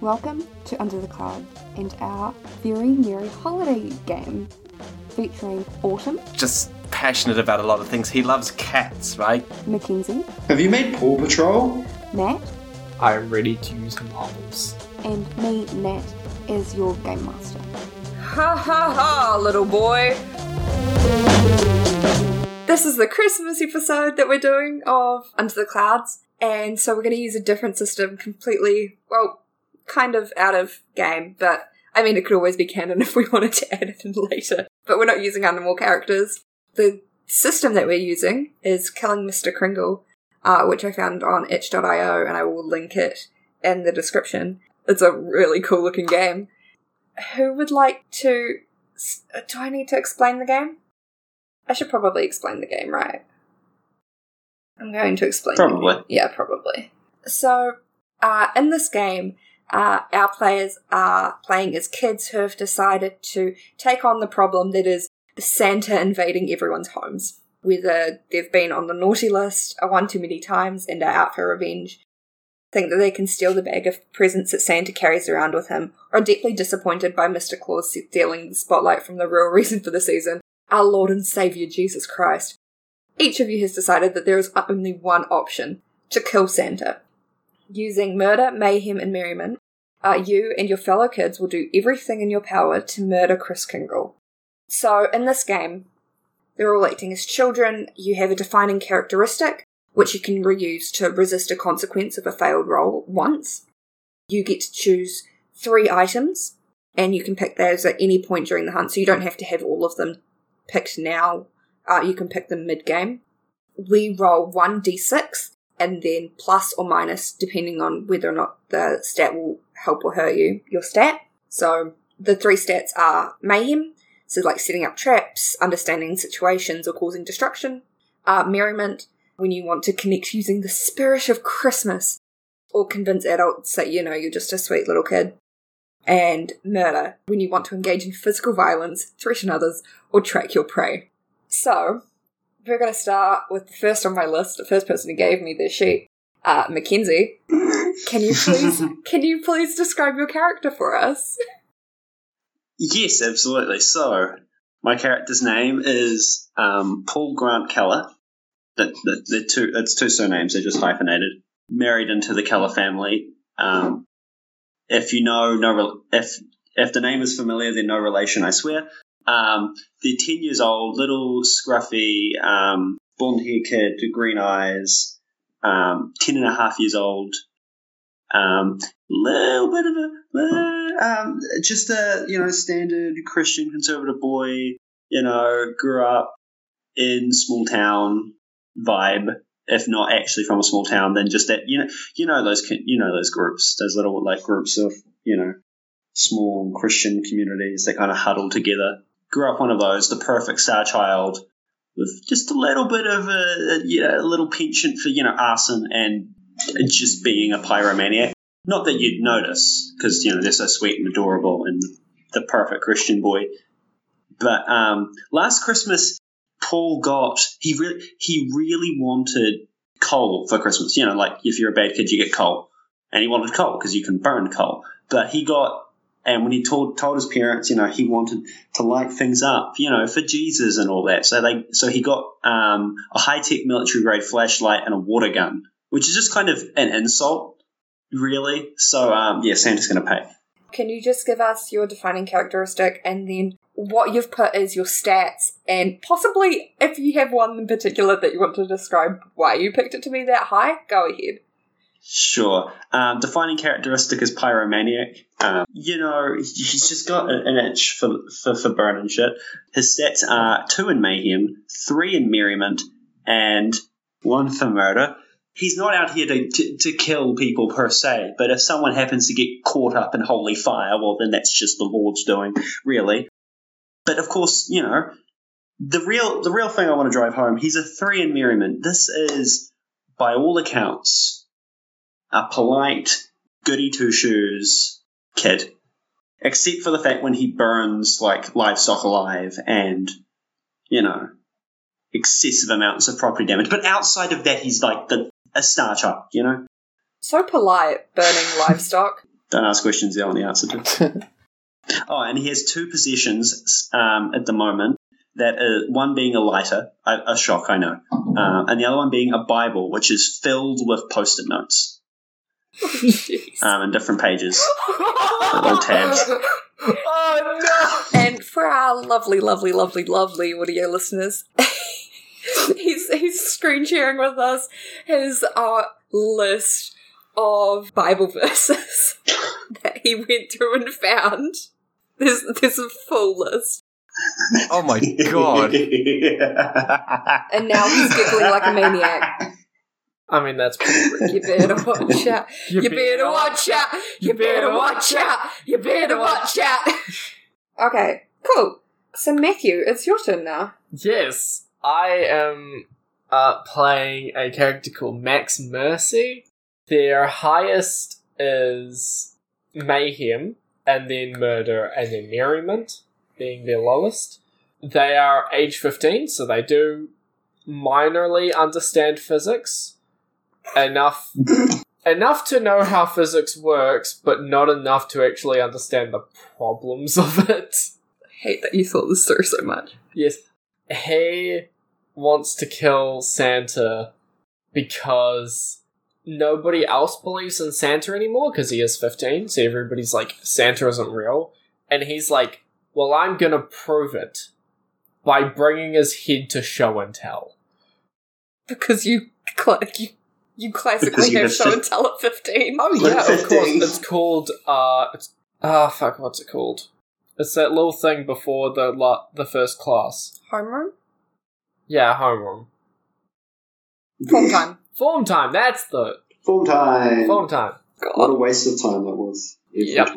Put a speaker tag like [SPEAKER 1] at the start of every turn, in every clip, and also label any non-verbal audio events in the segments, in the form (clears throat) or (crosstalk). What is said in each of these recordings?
[SPEAKER 1] Welcome to Under the Cloud and our very merry holiday game featuring Autumn,
[SPEAKER 2] Just passionate about a lot of things. He loves cats, right?
[SPEAKER 1] Mackenzie,
[SPEAKER 3] Have you made Paw Patrol?
[SPEAKER 1] Matt,
[SPEAKER 4] I'm ready to use marbles.
[SPEAKER 1] and me, Nat, as your game master.
[SPEAKER 5] Ha ha ha, little boy. This is the Christmas episode that we're doing of Under the Clouds, and so we're going to use a different system completely, well, kind of out of game, but I mean, it could always be canon (laughs) if we wanted to add it in later. But we're not using animal characters. The system that we're using is Killing Mr. Kringle, uh, which I found on itch.io, and I will link it in the description. It's a really cool looking game who would like to s- uh, do i need to explain the game i should probably explain the game right i'm going to explain the game.
[SPEAKER 3] Probably.
[SPEAKER 5] yeah probably so uh, in this game uh, our players are playing as kids who have decided to take on the problem that is santa invading everyone's homes whether they've been on the naughty list are one too many times and are out for revenge think that they can steal the bag of presents that Santa carries around with him, or are deeply disappointed by Mr. Claus stealing the spotlight from the real (laughs) reason for the season, our Lord and Saviour Jesus Christ. Each of you has decided that there is only one option to kill Santa. Using murder, mayhem, and merriment, uh, you and your fellow kids will do everything in your power to murder Chris Kringle. So, in this game, they're all acting as children, you have a defining characteristic, which you can reuse to resist a consequence of a failed roll once. You get to choose three items, and you can pick those at any point during the hunt, so you don't have to have all of them picked now. Uh, you can pick them mid game. We roll 1d6 and then plus or minus, depending on whether or not the stat will help or hurt you, your stat. So the three stats are mayhem, so like setting up traps, understanding situations, or causing destruction, uh, merriment, when you want to connect using the spirit of Christmas or convince adults that, you know, you're just a sweet little kid. And murder, when you want to engage in physical violence, threaten others, or track your prey. So, we're going to start with the first on my list, the first person who gave me their sheet, uh, Mackenzie. Can you please, can you please describe your character for us?
[SPEAKER 3] Yes, absolutely. So, my character's name is um, Paul Grant Keller. That, that, they're two, it's two surnames, they're just hyphenated. Married into the Keller family. Um, if you know, no, rel- if if the name is familiar, they're no relation, I swear. Um, they're 10 years old, little, scruffy, um, blonde hair kid, green eyes, um, 10 and a half years old. Um, little bit of a little, um, just a you know standard Christian conservative boy. You know, grew up in small town vibe. If not actually from a small town, then just that you know you know those con- you know those groups, those little like groups of you know small Christian communities that kind of huddle together. Grew up one of those, the perfect star child. With just a little bit of a, a you know, a little penchant for you know arson and just being a pyromaniac. Not that you'd notice, because you know they're so sweet and adorable and the perfect Christian boy. But um, last Christmas, Paul got he really he really wanted coal for Christmas. You know, like if you're a bad kid, you get coal, and he wanted coal because you can burn coal. But he got, and when he told told his parents, you know, he wanted to light things up, you know, for Jesus and all that. So they so he got um, a high tech military grade flashlight and a water gun which is just kind of an insult, really. So, um, yeah, Santa's going to pay.
[SPEAKER 5] Can you just give us your defining characteristic and then what you've put as your stats and possibly if you have one in particular that you want to describe why you picked it to be that high, go ahead.
[SPEAKER 3] Sure. Um, defining characteristic is pyromaniac. Um, you know, he's just got a- an itch for, for, for burning shit. His stats are two in mayhem, three in merriment, and one for murder. He's not out here to, to, to kill people per se, but if someone happens to get caught up in holy fire, well, then that's just the Lord's doing, really. But of course, you know, the real the real thing I want to drive home. He's a three in merriment. This is, by all accounts, a polite, goody two shoes kid. Except for the fact when he burns like livestock alive and, you know, excessive amounts of property damage. But outside of that, he's like the a star child, you know.
[SPEAKER 5] So polite burning livestock.
[SPEAKER 3] Don't ask questions you don't know the answer to. Oh, and he has two possessions um, at the moment. That uh, one being a lighter, a, a shock, I know, uh, and the other one being a Bible, which is filled with post-it notes
[SPEAKER 5] Jeez.
[SPEAKER 3] um, and different pages, little tabs.
[SPEAKER 4] oh
[SPEAKER 5] And for our lovely, lovely, lovely, lovely audio listeners, (laughs) he's he's screen sharing with us his uh, list of Bible verses (laughs) that he went through and found. There's there's a full list,
[SPEAKER 2] Oh my
[SPEAKER 3] (laughs)
[SPEAKER 2] god.
[SPEAKER 5] and now he's giggling like a maniac.
[SPEAKER 4] no! I mean, that's pretty rude.
[SPEAKER 5] You better watch out!
[SPEAKER 4] You
[SPEAKER 5] You better watch out! You better watch out! You better (laughs) watch out! okay, cool. So Matthew, it's your turn now.
[SPEAKER 4] Yes, I am uh, playing a character called Max Mercy. Their highest is mayhem, and then murder, and then merriment being their lowest. They are age 15, so they do minorly understand physics enough enough to know how physics works, but not enough to actually understand the problems of it.
[SPEAKER 5] hate that you thought this through so much.
[SPEAKER 4] Yes. He wants to kill Santa because nobody else believes in Santa anymore because he is 15, so everybody's like, Santa isn't real. And he's like, well, I'm gonna prove it by bringing his head to show and tell.
[SPEAKER 5] Because you, cla you, you
[SPEAKER 3] Because
[SPEAKER 5] classically
[SPEAKER 3] you
[SPEAKER 5] have
[SPEAKER 3] have
[SPEAKER 5] show
[SPEAKER 3] to-
[SPEAKER 5] and tell at 15.
[SPEAKER 4] Oh, yeah, of course.
[SPEAKER 3] 15.
[SPEAKER 4] It's called, uh, it's, ah, fuck, what's it called? It's that little thing before the la- the first class.
[SPEAKER 5] Homeroom?
[SPEAKER 4] Yeah, homeroom.
[SPEAKER 5] Form time.
[SPEAKER 4] Form time, that's the
[SPEAKER 3] Full time.
[SPEAKER 4] form time.
[SPEAKER 3] What a
[SPEAKER 5] God.
[SPEAKER 3] waste of time that was.
[SPEAKER 4] Yep.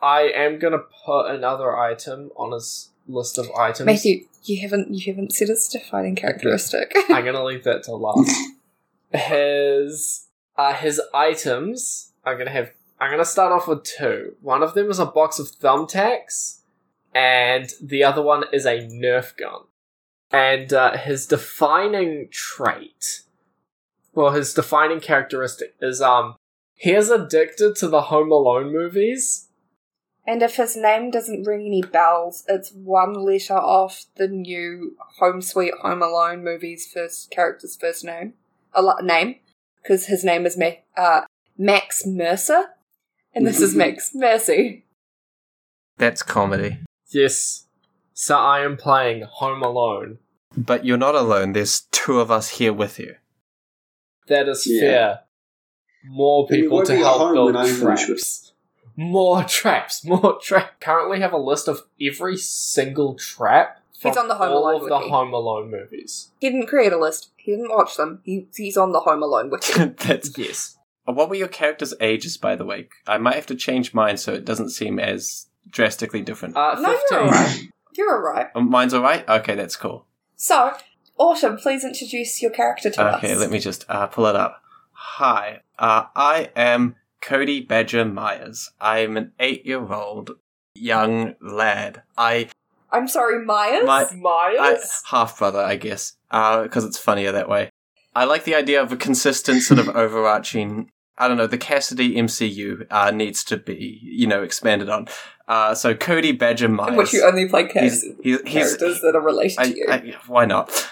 [SPEAKER 4] I am gonna put another item on his list of items.
[SPEAKER 5] Matthew, you haven't, you haven't said his defining characteristic.
[SPEAKER 4] (laughs)
[SPEAKER 5] (laughs)
[SPEAKER 4] I'm gonna leave that to last. his uh, his items. I'm gonna have. I'm gonna start off with two. One of them is a box of thumbtacks, and the other one is a Nerf gun. And uh, his defining trait, well, his defining characteristic is um, he is addicted to the Home Alone movies.
[SPEAKER 5] and if his name doesn't ring any bells, it's one letter off the new Home Sweet Home Alone movie's first character's first name. A lot name. Because his name is Ma- uh, Max Mercer. And this is
[SPEAKER 2] (laughs)
[SPEAKER 5] Max Mercy.
[SPEAKER 2] That's comedy.
[SPEAKER 4] Yes. So I am playing Home Alone.
[SPEAKER 2] But you're not alone. There's two of us here with you. (laughs)
[SPEAKER 4] That is
[SPEAKER 3] Yeah.
[SPEAKER 4] fair. More
[SPEAKER 3] Then you
[SPEAKER 4] people
[SPEAKER 3] won't
[SPEAKER 4] to
[SPEAKER 3] be at
[SPEAKER 4] help
[SPEAKER 3] home when I
[SPEAKER 4] build
[SPEAKER 3] finish with-
[SPEAKER 4] traps. More (laughs) traps, more trap. Currently have a list of every single trap
[SPEAKER 5] He's
[SPEAKER 4] from
[SPEAKER 5] on the Home
[SPEAKER 4] all
[SPEAKER 5] Alone
[SPEAKER 4] of the
[SPEAKER 5] wiki.
[SPEAKER 4] Home Alone movies.
[SPEAKER 5] He didn't create a list. He didn't watch them. He, he's on the Home Alone wiki.
[SPEAKER 2] That's Uh,
[SPEAKER 4] Yes.
[SPEAKER 2] What were your characters' ages, by the way? I might have to change mine so it doesn't seem as drastically different.
[SPEAKER 4] Uh,
[SPEAKER 5] No, you're
[SPEAKER 4] 15.
[SPEAKER 5] (laughs) alright. (laughs) You're alright.
[SPEAKER 2] Um, Mine's all right. Okay, that's cool.
[SPEAKER 5] So, Autumn, please introduce your character to us.
[SPEAKER 2] Okay, let me just uh, pull it up. Hi, uh, I am Cody Badger Myers. I'm an eight-year-old young lad. I
[SPEAKER 5] I'm sorry, Myers.
[SPEAKER 2] My- I,
[SPEAKER 4] Myers?
[SPEAKER 2] half brother, I guess, because it's funnier that way. I like the idea of a consistent sort
[SPEAKER 5] (laughs)
[SPEAKER 2] of overarching. I don't know. The Cassidy MCU uh, needs to be, you know, expanded on. Uh, so Cody Badger Myers.
[SPEAKER 5] in which you only play
[SPEAKER 2] he's,
[SPEAKER 5] cast
[SPEAKER 2] he's, he's,
[SPEAKER 5] characters that are related to
[SPEAKER 2] I,
[SPEAKER 5] you.
[SPEAKER 2] I, why not? (laughs)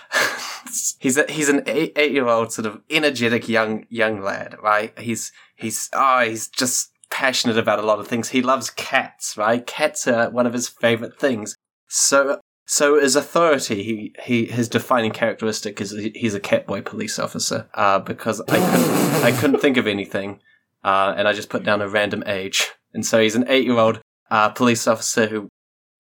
[SPEAKER 2] he's a, he's an eight, eight-year-old sort of energetic young young lad, right? He's he's oh, he's just passionate about a lot of things. He loves cats, right? Cats are one of his favorite things. So so as authority, he, he his defining characteristic is he- he's a catboy police officer. Uh, because I couldn't, I couldn't think of anything, uh, and I just put down a random age, and so he's an eight-year-old uh, police officer who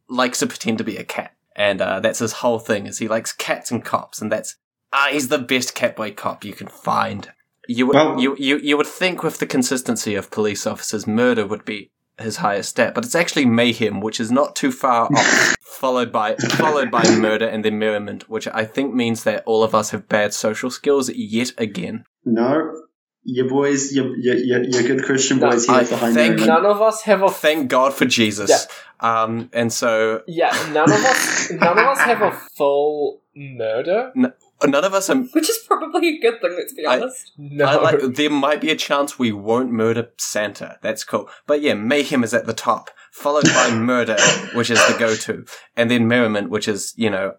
[SPEAKER 2] likes to pretend to be a cat, and uh, that's his whole thing. Is he likes cats and cops, and that's ah, he's the best catboy cop you can find. You would
[SPEAKER 3] Well-
[SPEAKER 2] you, you you would think with the consistency of police officers, murder would be his highest stat, but it's actually mayhem, which is not too far off, followed by followed by murder and then merriment, which I think means that all of us have bad social skills yet again.
[SPEAKER 3] No, your boys, your your, your, your good Christian
[SPEAKER 4] No,
[SPEAKER 3] boys here
[SPEAKER 2] I
[SPEAKER 3] behind
[SPEAKER 2] think-
[SPEAKER 3] you.
[SPEAKER 4] None of us have a
[SPEAKER 2] Thank God for Jesus. Um, and so
[SPEAKER 4] Yeah, none of us none of us have a full murder.
[SPEAKER 2] none of us are.
[SPEAKER 5] (laughs) Which is probably a good thing, let's be
[SPEAKER 2] I-
[SPEAKER 5] honest.
[SPEAKER 4] No.
[SPEAKER 2] I like, there might be a chance we won't murder Santa. That's cool. But yeah, mayhem is at the top, followed by murder, which is the go-to, and then merriment, which is you know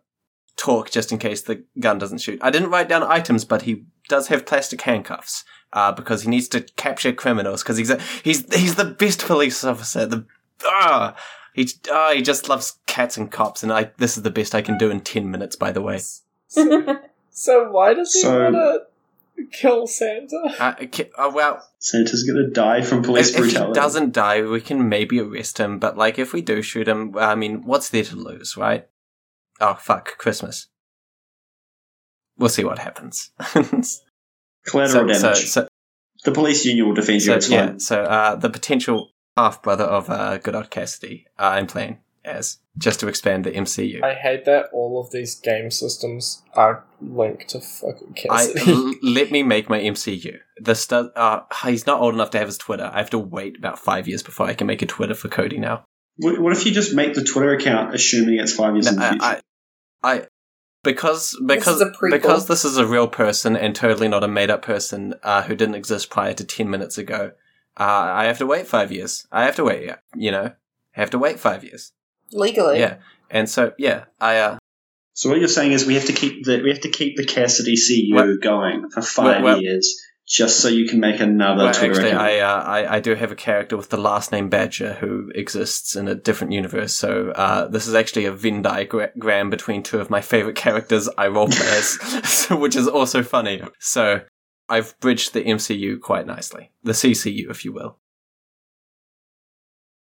[SPEAKER 2] talk just in case the gun doesn't shoot. I didn't write down items, but he does have plastic handcuffs uh, because he needs to capture criminals because he's a, he's he's the best police officer. The ah. He, ah, he just loves cats and cops, and I. This is the best I can do in ten minutes. By the way,
[SPEAKER 4] so, so why does he
[SPEAKER 3] So-
[SPEAKER 4] want to kill Santa?
[SPEAKER 2] uh, ki- oh, well,
[SPEAKER 3] Santa's gonna die from police
[SPEAKER 2] if, if
[SPEAKER 3] brutality.
[SPEAKER 2] he doesn't die, we can maybe arrest him. But like, if we do shoot him, I mean, what's there to lose, right? Oh fuck, Christmas. We'll see what happens. (laughs)
[SPEAKER 3] Collateral
[SPEAKER 2] so,
[SPEAKER 3] damage.
[SPEAKER 2] so,
[SPEAKER 3] the police union will defend you.
[SPEAKER 2] so,
[SPEAKER 3] it's
[SPEAKER 2] yeah,
[SPEAKER 3] fine.
[SPEAKER 2] so uh, the potential half brother of uh, Good Old Cassidy, uh, I'm playing as just to expand the MCU.
[SPEAKER 4] I hate that all of these game systems are linked to fucking
[SPEAKER 2] I-
[SPEAKER 4] Cassidy. (laughs)
[SPEAKER 2] l- let me make my MCU. The stu- uh, he's not old enough to have his Twitter. I have to wait about five years before I can make a Twitter for Cody now.
[SPEAKER 3] What, what if you just make the Twitter account assuming it's five years
[SPEAKER 2] No,
[SPEAKER 3] in the future?
[SPEAKER 2] I, I, I- because because
[SPEAKER 5] is a prequel.
[SPEAKER 2] because this is a real person and totally not a made up person uh, who didn't exist prior to ten minutes ago. Uh, I have to wait five years. I have to wait. yeah, You know, I have to wait five years.
[SPEAKER 5] Legally.
[SPEAKER 2] Yeah, and so yeah, I uh,
[SPEAKER 3] so what you're saying is we have to keep the we have to keep the Cassidy CU
[SPEAKER 2] Well-
[SPEAKER 3] going for five
[SPEAKER 2] well-
[SPEAKER 3] years just so you can make another
[SPEAKER 2] well,
[SPEAKER 3] Twitter
[SPEAKER 2] actually
[SPEAKER 3] account.
[SPEAKER 2] I, uh, I I do have a character with the last name Badger who exists in a different universe. So uh, this is actually a Venn diagram between two of my favorite (laughs) characters I roleplay as, (laughs) so- which is also funny. So I've bridged the MCU quite nicely, the CCU, if you will.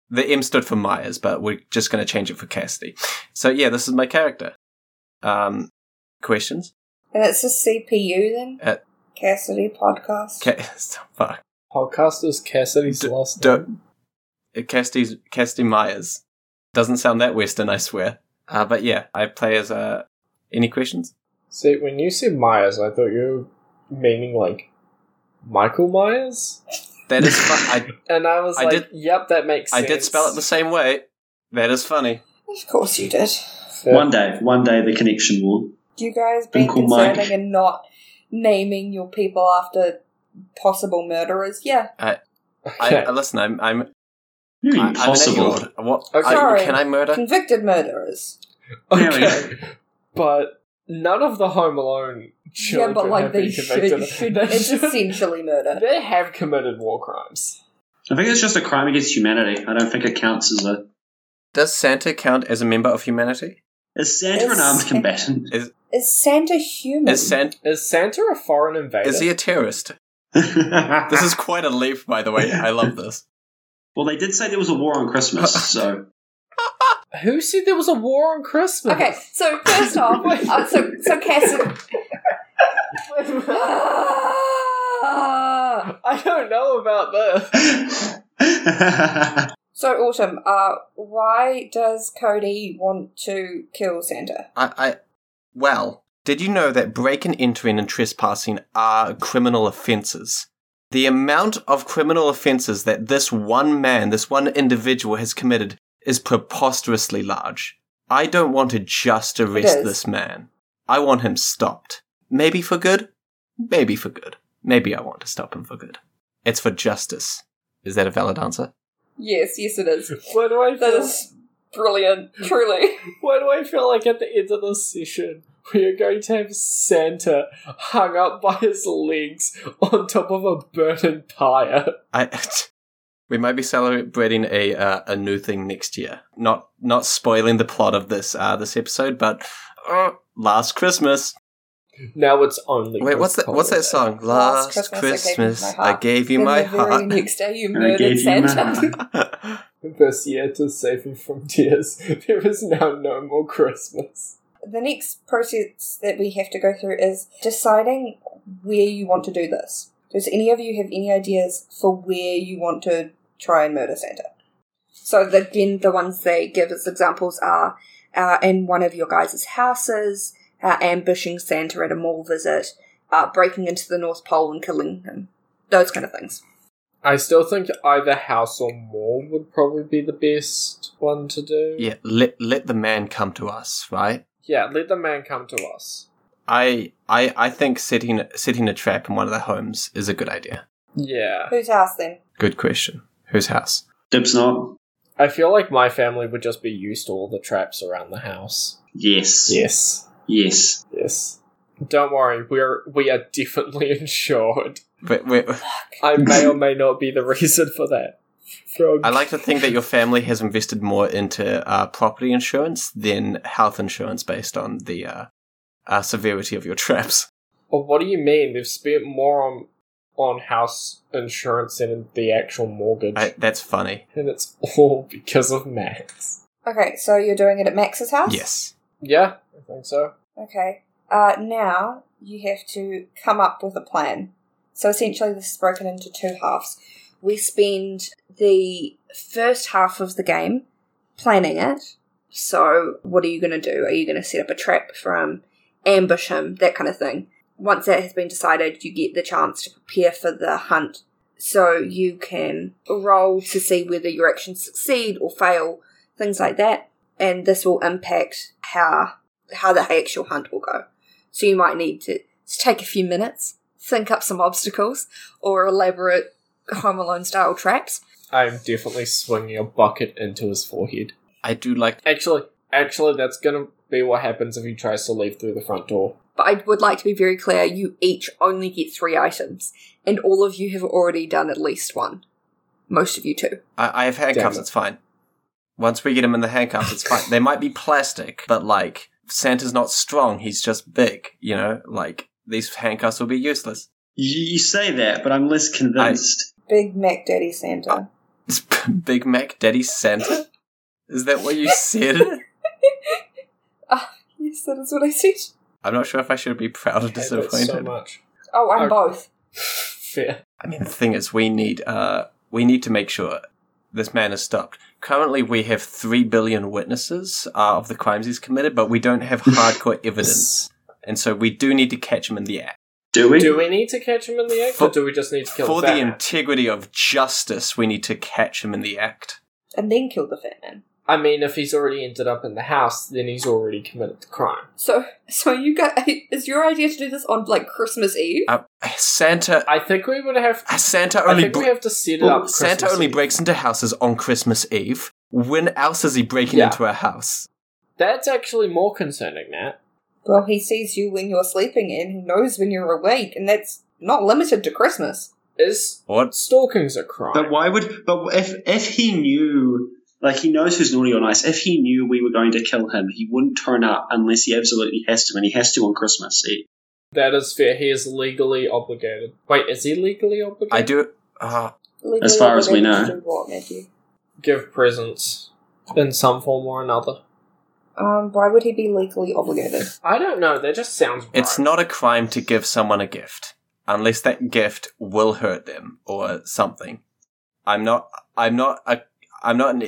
[SPEAKER 2] The M stood for Myers, but we're just going to change it for Cassidy. So yeah, this is my character. Um, questions?
[SPEAKER 5] And it's a CPU then?
[SPEAKER 2] Uh,
[SPEAKER 5] Cassidy podcast.
[SPEAKER 2] Okay, (laughs) fuck.
[SPEAKER 4] Podcast is Cassidy's
[SPEAKER 2] D-
[SPEAKER 4] last name.
[SPEAKER 2] Don't. Cassidy's, Cassidy uh, Myers. Doesn't sound that Western, I swear. Uh, but yeah, I play as Uh, any questions?
[SPEAKER 4] See, when you said Myers, I thought you were meaning like Michael Myers,
[SPEAKER 2] That is
[SPEAKER 4] (laughs)
[SPEAKER 2] fun.
[SPEAKER 4] and I was
[SPEAKER 2] I
[SPEAKER 4] like,
[SPEAKER 2] did-
[SPEAKER 4] "Yep, that makes
[SPEAKER 2] I, I
[SPEAKER 4] sense."
[SPEAKER 2] did spell it the same way. That is funny.
[SPEAKER 5] Of course you did.
[SPEAKER 2] uh,
[SPEAKER 4] Fair. (laughs)
[SPEAKER 3] One day, one day the connection will.
[SPEAKER 5] You guys being
[SPEAKER 3] Uncle Mike.
[SPEAKER 5] concerning and not naming your people after possible murderers. Yeah.
[SPEAKER 2] I,
[SPEAKER 4] Okay.
[SPEAKER 2] I listen. I'm I'm
[SPEAKER 3] You
[SPEAKER 2] I, I'm an
[SPEAKER 3] impossible.
[SPEAKER 2] eight-year-old. What?
[SPEAKER 4] Okay.
[SPEAKER 2] I-
[SPEAKER 5] Sorry.
[SPEAKER 2] can I murder?
[SPEAKER 5] Convicted murderers.
[SPEAKER 3] Yeah,
[SPEAKER 4] Okay, but none of the Home Alone children
[SPEAKER 5] yeah, but like
[SPEAKER 4] have been
[SPEAKER 5] they should,
[SPEAKER 4] convicted.
[SPEAKER 5] should
[SPEAKER 4] They
[SPEAKER 5] it's
[SPEAKER 4] should-
[SPEAKER 5] essentially murder.
[SPEAKER 4] they have committed war crimes.
[SPEAKER 3] I think it's just a crime against humanity. I don't think it counts as a.
[SPEAKER 2] Does Santa count as a member of humanity?
[SPEAKER 3] Is Santa
[SPEAKER 5] Is-
[SPEAKER 3] an armed combatant? (laughs)
[SPEAKER 5] Is Santa human?
[SPEAKER 4] Hmm.
[SPEAKER 2] Is Santa
[SPEAKER 4] Is Santa a foreign invader?
[SPEAKER 2] is he a terrorist? This
[SPEAKER 3] this
[SPEAKER 2] is quite a leap, by the way. I love this.
[SPEAKER 3] Well, they did say there was a war on (laughs) Christmas, so
[SPEAKER 4] Who said there was a war on Christmas?
[SPEAKER 5] okay, so first (laughs) off, uh, so so (laughs) Cassidy.
[SPEAKER 4] (laughs)
[SPEAKER 5] Ah!
[SPEAKER 4] I don't know about this.
[SPEAKER 5] so Autumn, uh, why does Cody want to kill Santa?
[SPEAKER 2] I, I well, did you know that breaking, entering, and trespassing are criminal offences? The amount of criminal offences that this one man, this one individual has committed is preposterously large. I don't want to just arrest
[SPEAKER 5] is.
[SPEAKER 2] this man. I want him stopped. Maybe for good, maybe for good. Maybe I want to stop him for good. It's for justice. Is that a valid answer?
[SPEAKER 5] Yes, yes, it is.
[SPEAKER 4] Why do I
[SPEAKER 5] (laughs) That
[SPEAKER 4] feel?
[SPEAKER 5] is brilliant, truly.
[SPEAKER 4] Why do I feel like at the end of this session we are going to have Santa hung up by his legs on top of a burning pyre?
[SPEAKER 2] I (laughs) we might be celebrating a uh, a new thing next year. Not not spoiling the plot of this uh, this episode, but uh, last Christmas.
[SPEAKER 4] Now it's only.
[SPEAKER 2] Wait, what's that? What's that song? Last,
[SPEAKER 5] Last
[SPEAKER 2] Christmas,
[SPEAKER 5] Christmas,
[SPEAKER 2] I gave you my
[SPEAKER 5] then the
[SPEAKER 2] (laughs)
[SPEAKER 5] very
[SPEAKER 2] heart.
[SPEAKER 5] next day, you
[SPEAKER 3] and (laughs) I
[SPEAKER 5] murdered
[SPEAKER 3] gave you
[SPEAKER 5] Santa.
[SPEAKER 3] my.
[SPEAKER 4] uh, This year to save me from tears. (laughs) There is now no more Christmas.
[SPEAKER 5] the next process that we have to go through is deciding where you want to do this. Does any of you have any ideas for where you want to try and murder Santa? So the- again, the ones they give as examples are uh, in one of your guys' houses, uh, ambushing Santa at a mall visit, uh, breaking into the North Pole and killing him. Those kind of things.
[SPEAKER 4] I still think either house or mall would probably be the best one to do.
[SPEAKER 2] yeah, let let the man come to us, right?
[SPEAKER 4] Yeah, let the man come to us.
[SPEAKER 2] I I I think setting setting a trap in one of the homes is a good idea.
[SPEAKER 4] Yeah.
[SPEAKER 5] Whose house then?
[SPEAKER 2] Good question. Whose house?
[SPEAKER 3] Dib's not.
[SPEAKER 4] I feel like my family would just be used to all the traps around the house.
[SPEAKER 3] Yes.
[SPEAKER 4] Yes.
[SPEAKER 3] Yes.
[SPEAKER 4] Yes. Don't worry, we're we are definitely (laughs) insured.
[SPEAKER 2] Wait, wait,
[SPEAKER 4] I may or may not be the reason for that. From-
[SPEAKER 2] I like to think that your family has invested more into uh, property insurance than health insurance based on the uh, uh, severity of your traps.
[SPEAKER 4] (laughs) Well, what do you mean? They've spent more on on house insurance than the actual mortgage,
[SPEAKER 2] I, that's funny.
[SPEAKER 4] and it's all because of Max.
[SPEAKER 5] Okay, so you're doing it at Max's house?
[SPEAKER 2] Yes.
[SPEAKER 4] Yeah, I think so.
[SPEAKER 5] Okay. Uh, now you have to come up with a plan. So essentially, this is broken into two halves. We spend the first half of the game planning it. So, what are you going to do? Are you going to set up a trap for him, ambush him, that kind of thing? Once that has been decided, you get the chance to prepare for the hunt. So, you can roll to see whether your actions succeed or fail, things like that. And this will impact how how the actual hunt will go. So you might need to just take a few minutes, think up some obstacles, or elaborate Home Alone style traps.
[SPEAKER 4] I'm definitely swinging a bucket into his forehead.
[SPEAKER 2] I do like.
[SPEAKER 4] Actually, actually, that's gonna be what happens if he tries to leave through the front door.
[SPEAKER 5] But I would like to be very clear you each only get three items, and all of you have already done at least one. Most of you, too.
[SPEAKER 2] I, I have handcuffs.
[SPEAKER 4] Damn it.
[SPEAKER 2] It's fine. Once we get him in the handcuffs, it's fine. they might be plastic, but like Santa's not strong. He's just big. You know, like these handcuffs will be useless.
[SPEAKER 3] You, you say that, but I'm less convinced.
[SPEAKER 5] Big Mac Daddy Santa.
[SPEAKER 2] (laughs) Big Mac, Daddy Santa. Is that what you said?
[SPEAKER 5] Yes, that is what I said.
[SPEAKER 2] I'm not sure if I should be proud or
[SPEAKER 4] Hate it so
[SPEAKER 2] disappointed.
[SPEAKER 4] much.
[SPEAKER 5] Oh, I'm
[SPEAKER 4] Oh.
[SPEAKER 5] both.
[SPEAKER 4] Fair.
[SPEAKER 2] I mean, the thing is, we need uh, we need to make sure this man is stopped. Currently, we have three billion witnesses uh, of the crimes he's committed, but we don't have
[SPEAKER 4] (laughs)
[SPEAKER 2] hardcore evidence, and so we do need to catch him in the act.
[SPEAKER 3] Do we?
[SPEAKER 4] Do we need to catch him in the act, or
[SPEAKER 2] For-
[SPEAKER 4] do we just need to kill
[SPEAKER 2] For
[SPEAKER 4] fat
[SPEAKER 2] the
[SPEAKER 4] man?
[SPEAKER 2] integrity of justice, we need to catch him in the act.
[SPEAKER 5] And then killed the fat man.
[SPEAKER 4] I mean, if he's already ended up in the house, then he's already committed the crime.
[SPEAKER 5] So, so you got (laughs) is your idea to do this on like Christmas Eve?
[SPEAKER 2] Uh, Santa, uh,
[SPEAKER 4] I think we would have.
[SPEAKER 2] Santa
[SPEAKER 4] I
[SPEAKER 2] only
[SPEAKER 4] think
[SPEAKER 2] bre-
[SPEAKER 4] we have to set it
[SPEAKER 3] Well,
[SPEAKER 4] up.
[SPEAKER 2] Santa
[SPEAKER 4] Christmas
[SPEAKER 2] only
[SPEAKER 4] Eve.
[SPEAKER 2] breaks into houses on Christmas Eve. When else is he breaking
[SPEAKER 4] Yeah.
[SPEAKER 2] into a house?
[SPEAKER 4] That's actually more concerning, Nat.
[SPEAKER 5] Well, he sees you when you're sleeping and he knows when you're awake, and that's not limited to Christmas.
[SPEAKER 4] Is
[SPEAKER 2] What?
[SPEAKER 4] stalking's a crime?
[SPEAKER 3] But why would? But if if he knew, like he knows who's naughty or nice. If he knew we were going to kill him, he wouldn't turn up unless he absolutely has to, and he has to on Christmas Eve.
[SPEAKER 4] That is fair. He is legally obligated. Wait, is he legally obligated?
[SPEAKER 2] I do. Uh,
[SPEAKER 5] Legally
[SPEAKER 3] far as we
[SPEAKER 5] obligated to
[SPEAKER 3] know.
[SPEAKER 5] do what, Matthew?
[SPEAKER 4] give presents in some form or another.
[SPEAKER 5] Um, why would he be legally obligated?
[SPEAKER 4] I don't know. That just sounds. Right.
[SPEAKER 2] It's not a crime to give someone a gift unless that gift will hurt them or something. I'm not. I'm not a. I'm not an.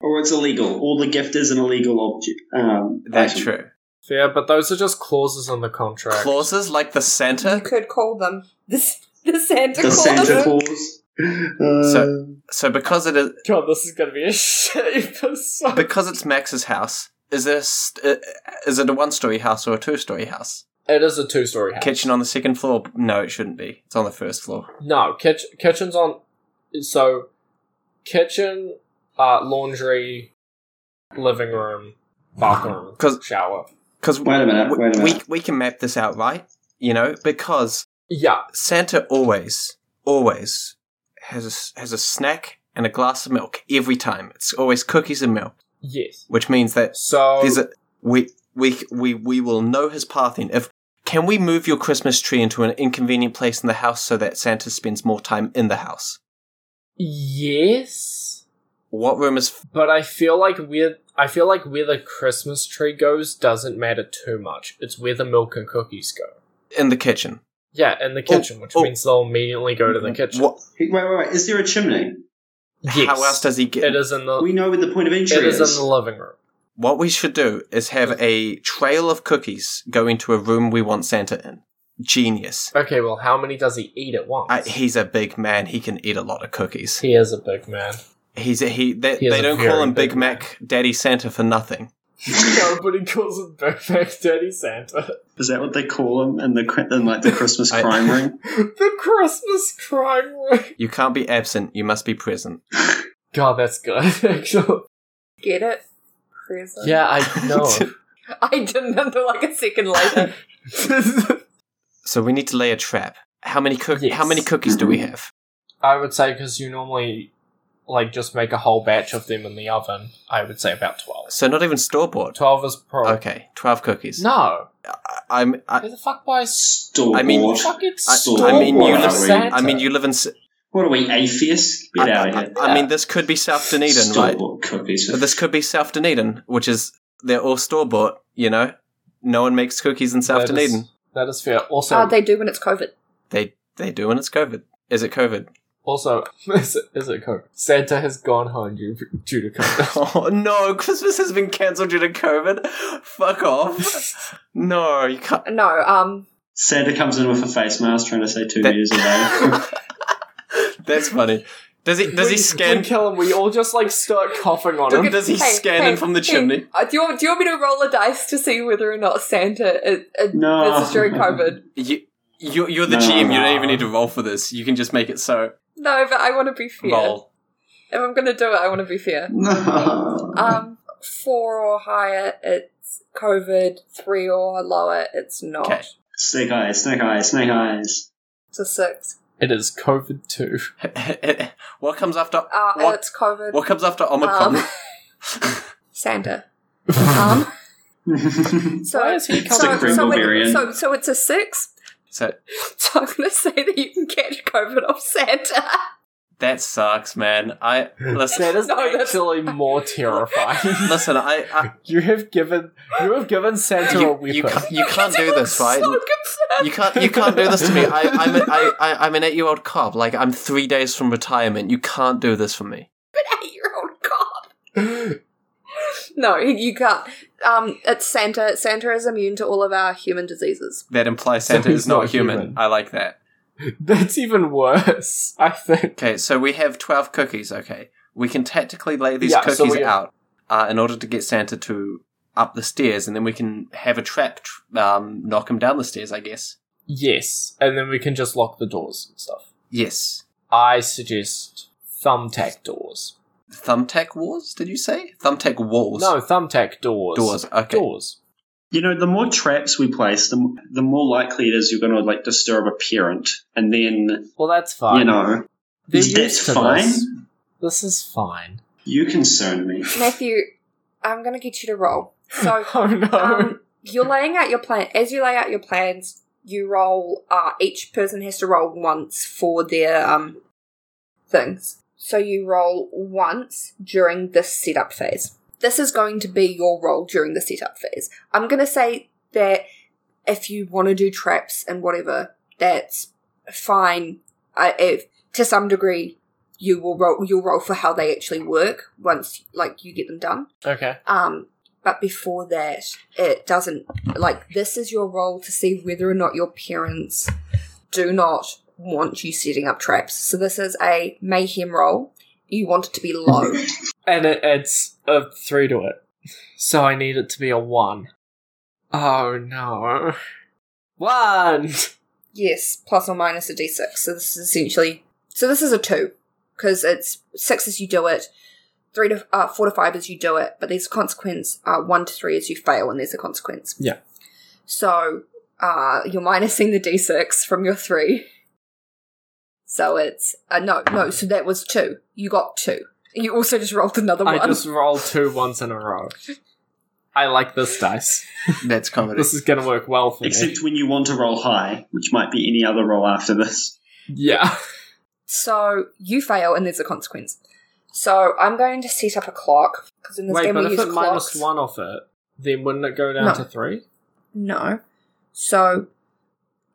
[SPEAKER 3] Or it's illegal. All the gift is an illegal object. Um,
[SPEAKER 2] That's
[SPEAKER 3] item.
[SPEAKER 2] true.
[SPEAKER 4] fair, but those are just clauses in the contract.
[SPEAKER 2] Clauses like the
[SPEAKER 5] You
[SPEAKER 2] Santa.
[SPEAKER 5] could call them the, s- the Santa
[SPEAKER 3] The
[SPEAKER 5] Claus.
[SPEAKER 3] Santa Claus.
[SPEAKER 2] (laughs)
[SPEAKER 3] Uh,
[SPEAKER 2] So- So because it is
[SPEAKER 4] God, this is gonna be a (laughs) shit episode.
[SPEAKER 2] because it's Max's house, is this uh, is it a one-story house or a two-story house?
[SPEAKER 4] It is a two-story house.
[SPEAKER 2] Kitchen on the second floor? No, it shouldn't be. It's on the first floor.
[SPEAKER 4] No, kitch- kitchen's on. So, kitchen, uh, laundry, living room, bathroom,
[SPEAKER 2] (laughs) 'Cause-
[SPEAKER 4] shower.
[SPEAKER 2] Because
[SPEAKER 3] Wait a minute, wait a
[SPEAKER 2] we
[SPEAKER 3] minute.
[SPEAKER 2] we can map this out, right? You know, because
[SPEAKER 4] Yeah,
[SPEAKER 2] Santa always, always has a, s- has a snack and a glass of milk every time. It's always cookies and milk,
[SPEAKER 4] yes.
[SPEAKER 2] which means that
[SPEAKER 4] So,
[SPEAKER 2] there's a we we we we will know his path in. If can we move your Christmas tree into an inconvenient place in the house so that Santa spends more time in the house?
[SPEAKER 4] yes,
[SPEAKER 2] What room is? F-
[SPEAKER 4] but I feel like where I feel like where the Christmas tree goes doesn't matter too much. It's where the milk and cookies go.
[SPEAKER 2] in the kitchen.
[SPEAKER 4] Yeah, in the kitchen, which
[SPEAKER 2] oh.
[SPEAKER 4] means they'll immediately go to the kitchen.
[SPEAKER 2] What,
[SPEAKER 3] Wait, wait, wait. Is there a chimney?
[SPEAKER 4] Yes,
[SPEAKER 2] How else does he get?
[SPEAKER 4] it is in the
[SPEAKER 3] We know where the point of
[SPEAKER 4] it
[SPEAKER 3] entry
[SPEAKER 4] is
[SPEAKER 3] is.
[SPEAKER 4] in the living room.
[SPEAKER 2] What we should do is have a trail of cookies go into a room we want Santa in. Genius.
[SPEAKER 4] Okay, well, how many does he eat at once?
[SPEAKER 2] I, he's a big man. He can eat a lot of cookies.
[SPEAKER 4] he is a big man.
[SPEAKER 2] (laughs) He's a, he. They,
[SPEAKER 4] He is
[SPEAKER 2] they
[SPEAKER 4] a
[SPEAKER 2] don't
[SPEAKER 4] very
[SPEAKER 2] call him Big
[SPEAKER 4] big man.
[SPEAKER 2] Mac Daddy Santa for nothing.
[SPEAKER 4] Nobody calls him Backpack Daddy Santa.
[SPEAKER 3] Is that what they call him in the cri- in
[SPEAKER 2] (laughs)
[SPEAKER 3] like the Christmas
[SPEAKER 2] I-
[SPEAKER 3] crime ring?
[SPEAKER 4] The Christmas crime ring.
[SPEAKER 2] You can't be absent, you must be present.
[SPEAKER 4] God, that's good, (laughs) actually.
[SPEAKER 5] Get it? Present.
[SPEAKER 4] Yeah, I
[SPEAKER 2] (laughs)
[SPEAKER 4] know.
[SPEAKER 5] (laughs) I didn't until like a second later.
[SPEAKER 2] So we need to lay a trap. How many cook
[SPEAKER 4] Yes.
[SPEAKER 2] how many cookies do we
[SPEAKER 4] (clears throat)
[SPEAKER 2] have?
[SPEAKER 4] I would say because you normally like just make a whole batch of them in the oven. I would say about twelve.
[SPEAKER 2] So not even store bought.
[SPEAKER 4] Twelve is probably
[SPEAKER 2] Okay, 12 cookies.
[SPEAKER 4] No,
[SPEAKER 2] I'm I,
[SPEAKER 4] who the fuck buys
[SPEAKER 3] Store.
[SPEAKER 2] I mean-
[SPEAKER 4] fucking
[SPEAKER 2] I,
[SPEAKER 3] Store
[SPEAKER 2] I mean you
[SPEAKER 3] bought,
[SPEAKER 2] live
[SPEAKER 3] are we?
[SPEAKER 4] Santa?
[SPEAKER 2] I mean you live in S-
[SPEAKER 3] what are we atheists? Get
[SPEAKER 2] I,
[SPEAKER 3] out of here.
[SPEAKER 2] I- I mean this could be South Dunedin, right?
[SPEAKER 3] Store-bought cookies.
[SPEAKER 2] But this could be South Dunedin, which is they're all store bought, you know? No one makes cookies in South
[SPEAKER 4] That is-
[SPEAKER 2] Dunedin.
[SPEAKER 4] that is fair. Also,
[SPEAKER 5] uh, they do when it's COVID.
[SPEAKER 2] They they do when it's COVID. Is it COVID?
[SPEAKER 4] also (laughs) is it, is it COVID? Santa has gone home due, due to COVID.
[SPEAKER 2] Oh no, Christmas has been cancelled due to COVID. Fuck off. No, you can't.
[SPEAKER 5] No, um,
[SPEAKER 3] (laughs) Santa comes in with a face mask, trying to say two
[SPEAKER 2] That- (laughs)
[SPEAKER 3] years (laughs) ago.
[SPEAKER 2] That's funny. Does he (laughs) does he
[SPEAKER 4] We- We
[SPEAKER 2] scan
[SPEAKER 4] kill him. We all just like start coughing on
[SPEAKER 5] Look
[SPEAKER 4] him.
[SPEAKER 5] at-
[SPEAKER 2] does he
[SPEAKER 5] Hey,
[SPEAKER 2] scan
[SPEAKER 5] hey,
[SPEAKER 2] in from the
[SPEAKER 5] hey.
[SPEAKER 2] chimney?
[SPEAKER 5] uh, do you want, do you want me to roll a dice to see whether or not Santa is, uh,
[SPEAKER 3] No.
[SPEAKER 5] this is
[SPEAKER 2] (laughs)
[SPEAKER 5] during COVID?
[SPEAKER 2] You you you're the
[SPEAKER 3] No.
[SPEAKER 2] GM, you don't even need to roll for this. You can just make it so
[SPEAKER 5] No, but I want to be fair.
[SPEAKER 2] roll. (laughs)
[SPEAKER 5] If I'm going to do it, I want to be fair.
[SPEAKER 3] no.
[SPEAKER 5] Um, four or higher, it's COVID. Three or lower, it's not.
[SPEAKER 2] Okay.
[SPEAKER 3] snake eyes, snake eyes, snake eyes. (laughs)
[SPEAKER 5] It's a six.
[SPEAKER 4] It is COVID two.
[SPEAKER 2] what comes after
[SPEAKER 5] Uh,
[SPEAKER 2] What-
[SPEAKER 5] it's COVID.
[SPEAKER 2] what comes after Omicron?
[SPEAKER 5] Um, Santa. Um, so,
[SPEAKER 4] Why is he
[SPEAKER 3] It's
[SPEAKER 4] coming?
[SPEAKER 5] so,
[SPEAKER 3] the
[SPEAKER 5] so, it,
[SPEAKER 3] Kringle
[SPEAKER 5] so,
[SPEAKER 3] variant.
[SPEAKER 5] so it's a six.
[SPEAKER 2] (laughs)
[SPEAKER 5] (laughs)
[SPEAKER 2] so
[SPEAKER 5] So I'm going to say that you can catch COVID off Santa.
[SPEAKER 2] that sucks, man. I listen
[SPEAKER 4] That (laughs) is
[SPEAKER 5] No, that's-
[SPEAKER 4] actually more terrifying.
[SPEAKER 2] listen, I,
[SPEAKER 5] (laughs)
[SPEAKER 2] I
[SPEAKER 4] (laughs) you have given you have given Santa a
[SPEAKER 2] you,
[SPEAKER 4] weapon.
[SPEAKER 2] you, can't, you can't do this,
[SPEAKER 5] (laughs)
[SPEAKER 2] right?
[SPEAKER 5] So concerned.
[SPEAKER 2] You can't you can't do this to me. I, I'm a, I, I, I'm an eight year old cop. Like I'm three days from retirement. You can't do this for me.
[SPEAKER 5] (laughs) eight year old cop. No, you can't. Um, it's Santa. Santa is immune to all of our human diseases.
[SPEAKER 2] That implies
[SPEAKER 4] So
[SPEAKER 2] Santa
[SPEAKER 4] he's
[SPEAKER 2] is not,
[SPEAKER 4] not
[SPEAKER 2] human.
[SPEAKER 4] human.
[SPEAKER 2] I like that.
[SPEAKER 4] (laughs) That's even worse. I think.
[SPEAKER 2] Okay, so we have twelve cookies. Okay, we can tactically lay these
[SPEAKER 4] Yeah, so
[SPEAKER 2] cookies
[SPEAKER 4] we-
[SPEAKER 2] out uh, in order to get Santa to up the stairs, and then we can have a trap tr- um, knock him down the stairs. I guess.
[SPEAKER 4] Yes, and then we can just lock the doors and stuff.
[SPEAKER 2] Yes.
[SPEAKER 4] I suggest thumbtack doors.
[SPEAKER 2] Thumbtack wars? Did you say thumbtack walls?
[SPEAKER 4] No, thumbtack doors.
[SPEAKER 2] doors. Okay.
[SPEAKER 4] Doors.
[SPEAKER 3] You know, the more traps we place, the, m- the more likely it is you're going to like disturb a parent, and then
[SPEAKER 4] Well, that's fine.
[SPEAKER 3] you know
[SPEAKER 4] They're used
[SPEAKER 3] that's
[SPEAKER 4] to
[SPEAKER 3] fine.
[SPEAKER 4] This. This is fine.
[SPEAKER 3] You concern me.
[SPEAKER 5] Matthew, I'm gonna get you to roll. So
[SPEAKER 4] (laughs) oh no.
[SPEAKER 5] um, you're laying out your plan. As you lay out your plans, you roll. Uh, each person has to roll once for their um things. So you roll once during this setup phase. This is going to be your role during the setup phase. I'm gonna say that if you want to do traps and whatever, that's fine. I, if to some degree, you will roll. You'll roll for how they actually work once, like you get them done.
[SPEAKER 4] okay.
[SPEAKER 5] Um, but before that, it doesn't like this is your role to see whether or not your parents do not want you setting up traps. So this is a mayhem roll. You want it to be low.
[SPEAKER 4] And it adds a three to it. So I need it to be a one. Oh no. One!
[SPEAKER 5] yes, plus or minus a d6. So this is essentially so this is a two because it's six as you do it, three to uh, four to five as you do it, but there's a consequence. Uh, one to three as you fail, and there's a consequence.
[SPEAKER 4] Yeah.
[SPEAKER 5] So uh, you're minusing the d6 from your three. So it's uh, no, no. So that was two. You got two. You also just rolled another
[SPEAKER 4] I
[SPEAKER 5] one.
[SPEAKER 4] just rolled two ones in a row. I like this dice.
[SPEAKER 2] That's comedy.
[SPEAKER 4] This is gonna work well for me.
[SPEAKER 3] Except when you want to roll high, which might be any other roll after this.
[SPEAKER 4] Yeah.
[SPEAKER 5] So you fail, and there's a consequence. So I'm going to set up a clock because in this
[SPEAKER 4] Wait,
[SPEAKER 5] game
[SPEAKER 4] but
[SPEAKER 5] we
[SPEAKER 4] if
[SPEAKER 5] use
[SPEAKER 4] it
[SPEAKER 5] clocks.
[SPEAKER 4] minus one off it, then wouldn't it go down
[SPEAKER 5] No.
[SPEAKER 4] to three?
[SPEAKER 5] No. So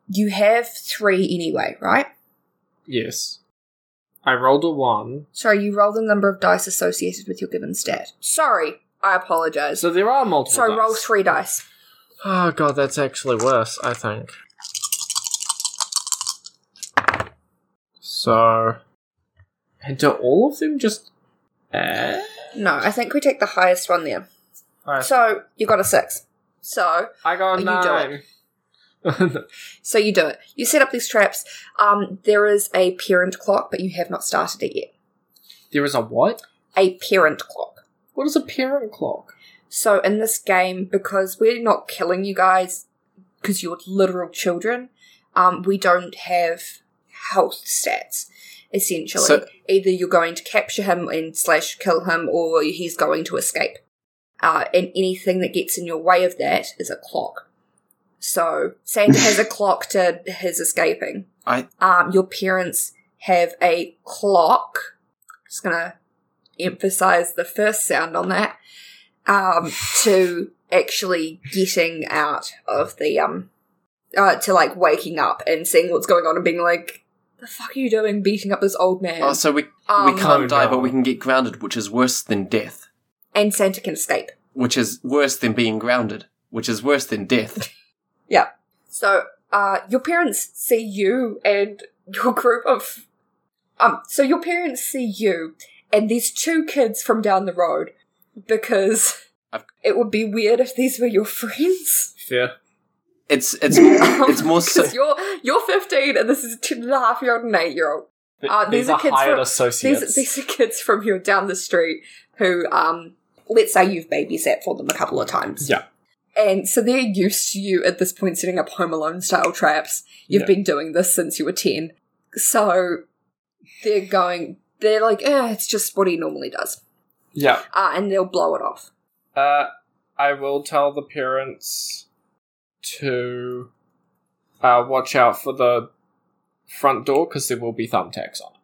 [SPEAKER 5] you have three anyway, right?
[SPEAKER 4] Yes. I rolled a one.
[SPEAKER 5] Sorry, you roll the number of dice associated with your given stat. Sorry, I apologize. So,
[SPEAKER 4] So there are multiple. dice.
[SPEAKER 5] roll three dice.
[SPEAKER 4] Oh god, that's actually worse, I think. So. And do all of them just. Eh?
[SPEAKER 5] No, I think we take the highest one there.
[SPEAKER 4] Alright.
[SPEAKER 5] So you got a six. So
[SPEAKER 4] I got a
[SPEAKER 5] You do
[SPEAKER 4] nine.
[SPEAKER 5] so you do it. You set up these traps. Um, there is a parent clock, but you have not started it yet.
[SPEAKER 4] (laughs) there is a what?
[SPEAKER 5] A parent clock.
[SPEAKER 4] What is a parent clock?
[SPEAKER 5] So in this game, because we're not killing you guys because you're literal children, um, we don't have health stats. Essentially,
[SPEAKER 2] So-
[SPEAKER 5] either you're going to capture him and slash kill him, or he's going to escape. Uh, and anything that gets in your way of that is a clock. So Santa
[SPEAKER 2] (laughs)
[SPEAKER 5] has a clock to his escaping.
[SPEAKER 2] I-
[SPEAKER 5] um, your parents have a clock. Just gonna emphasize the first sound on that um, to actually getting out of the um uh, to like waking up and seeing what's going on and being like, the fuck are you doing beating up this old man?
[SPEAKER 2] Oh, so we
[SPEAKER 5] Um,
[SPEAKER 2] we can't
[SPEAKER 4] Oh,
[SPEAKER 2] die,
[SPEAKER 4] no.
[SPEAKER 2] but we can get grounded, which is worse than death,
[SPEAKER 5] and Santa can escape.
[SPEAKER 2] which is worse than being grounded, which is worse than death.
[SPEAKER 5] So uh, your parents see you and your group of um. So your parents see you and these two kids from down the road because
[SPEAKER 2] I've-
[SPEAKER 5] it would be weird if these were your friends.
[SPEAKER 4] Fair.
[SPEAKER 2] It's
[SPEAKER 4] (laughs)
[SPEAKER 2] it's it's more so,
[SPEAKER 5] (laughs) because you're you're 15 and this is a two and a half year old and an eight year old.
[SPEAKER 4] Th-
[SPEAKER 5] Uh, these
[SPEAKER 4] these
[SPEAKER 5] are
[SPEAKER 4] are
[SPEAKER 5] kids
[SPEAKER 4] hired
[SPEAKER 5] from-
[SPEAKER 4] associates.
[SPEAKER 5] These these are (laughs) kids from here down the street who um let's say you've babysat for them a couple of times.
[SPEAKER 4] Yeah.
[SPEAKER 5] And so they're used to you at this point setting up Home Alone style traps. You've
[SPEAKER 4] Yeah.
[SPEAKER 5] been doing this since you were 10. So they're going, they're like, eh, it's just what he normally does.
[SPEAKER 4] yeah.
[SPEAKER 5] Uh, and they'll blow it off.
[SPEAKER 4] Uh, I will tell the parents to uh, watch out for the front door because there will be thumbtacks on it.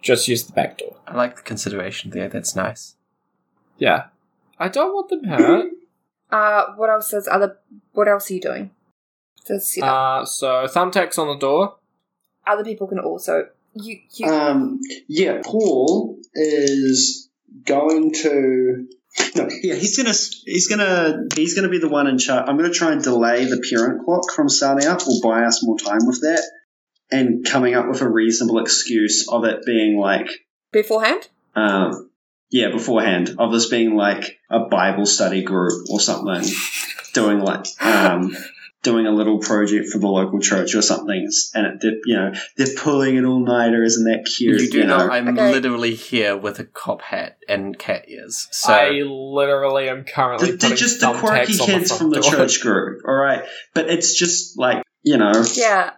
[SPEAKER 4] Just use the back door.
[SPEAKER 2] I like the consideration there. That's nice.
[SPEAKER 4] Yeah. I don't want them hurt.
[SPEAKER 3] (laughs)
[SPEAKER 5] Uh, what else is other, what else are you doing? Let's see.
[SPEAKER 4] uh, so thumbtacks on the door.
[SPEAKER 5] other people can also, you, you,
[SPEAKER 3] Um, yeah, Paul is going to. No, yeah, he's gonna he's gonna he's gonna be the one in charge. I'm gonna try and delay the parent clock from starting up, will buy us more time with that, and coming up with a reasonable excuse of it being like,
[SPEAKER 5] beforehand?
[SPEAKER 3] um, yeah, beforehand of this being like a Bible study group or something, doing like um, doing a little project for the local church or something, and it, they're, you know they're pulling an all nighter, isn't that cute?
[SPEAKER 2] You do know, I'm
[SPEAKER 5] Okay.
[SPEAKER 2] literally here with a cop hat and cat ears. So
[SPEAKER 4] I literally am currently
[SPEAKER 3] They're, they're
[SPEAKER 4] putting
[SPEAKER 3] just the
[SPEAKER 4] thumbtacks
[SPEAKER 3] quirky
[SPEAKER 4] on the
[SPEAKER 3] kids
[SPEAKER 4] front
[SPEAKER 3] from the
[SPEAKER 4] door.
[SPEAKER 3] church group, all right? But it's just like, you know,
[SPEAKER 5] Yeah.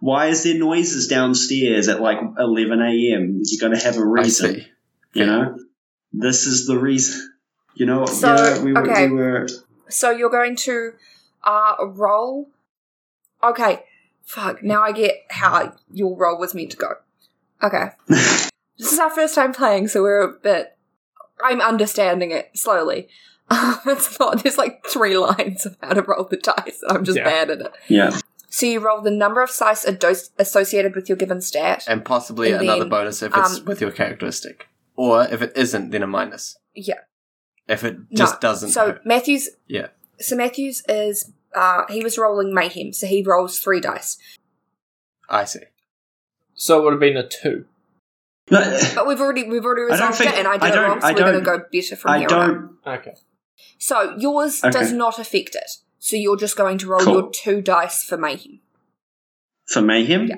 [SPEAKER 3] why is there noises downstairs at like 11 a.m.? you got to have a
[SPEAKER 2] I
[SPEAKER 3] reason,
[SPEAKER 2] see.
[SPEAKER 3] you know? This is the reason. You know, you
[SPEAKER 5] So,
[SPEAKER 3] know, we, were,
[SPEAKER 5] okay.
[SPEAKER 3] we were.
[SPEAKER 5] So you're going to uh roll. Okay, fuck. Now I get how your roll was meant to go.
[SPEAKER 2] (laughs)
[SPEAKER 5] Okay, this is our first time playing, so we're a bit. I'm understanding it slowly. (laughs) it's not. There's like three lines of how to roll the dice, and I'm just
[SPEAKER 4] Yeah.
[SPEAKER 5] bad at it.
[SPEAKER 3] yeah.
[SPEAKER 5] So you roll the number of dice ado- associated with your given stat.
[SPEAKER 2] And possibly
[SPEAKER 5] And
[SPEAKER 2] another
[SPEAKER 5] then,
[SPEAKER 2] bonus if it's
[SPEAKER 5] um,
[SPEAKER 2] with your characteristic, or if it isn't, then a minus.
[SPEAKER 5] Yeah.
[SPEAKER 2] If it just
[SPEAKER 5] No.
[SPEAKER 2] doesn't.
[SPEAKER 5] So
[SPEAKER 2] hurt.
[SPEAKER 5] Matthews.
[SPEAKER 2] Yeah.
[SPEAKER 5] So Matthews is. Uh, he was rolling mayhem, so he rolls three dice.
[SPEAKER 2] I see.
[SPEAKER 4] (laughs) So it would have been a two.
[SPEAKER 3] But
[SPEAKER 5] But we've already we've already
[SPEAKER 3] I don't
[SPEAKER 5] resolved
[SPEAKER 3] think-
[SPEAKER 5] it, and I
[SPEAKER 3] I
[SPEAKER 5] did it
[SPEAKER 3] don't-
[SPEAKER 5] wrong, so
[SPEAKER 3] I
[SPEAKER 5] we're going to
[SPEAKER 3] don't-
[SPEAKER 5] go better from
[SPEAKER 3] I
[SPEAKER 5] here on. out.
[SPEAKER 3] don't.
[SPEAKER 4] Okay.
[SPEAKER 5] So yours
[SPEAKER 3] Okay.
[SPEAKER 5] does not affect it. So you're just going to roll
[SPEAKER 3] Cool.
[SPEAKER 5] your two dice for mayhem.
[SPEAKER 3] For mayhem?
[SPEAKER 5] Yeah.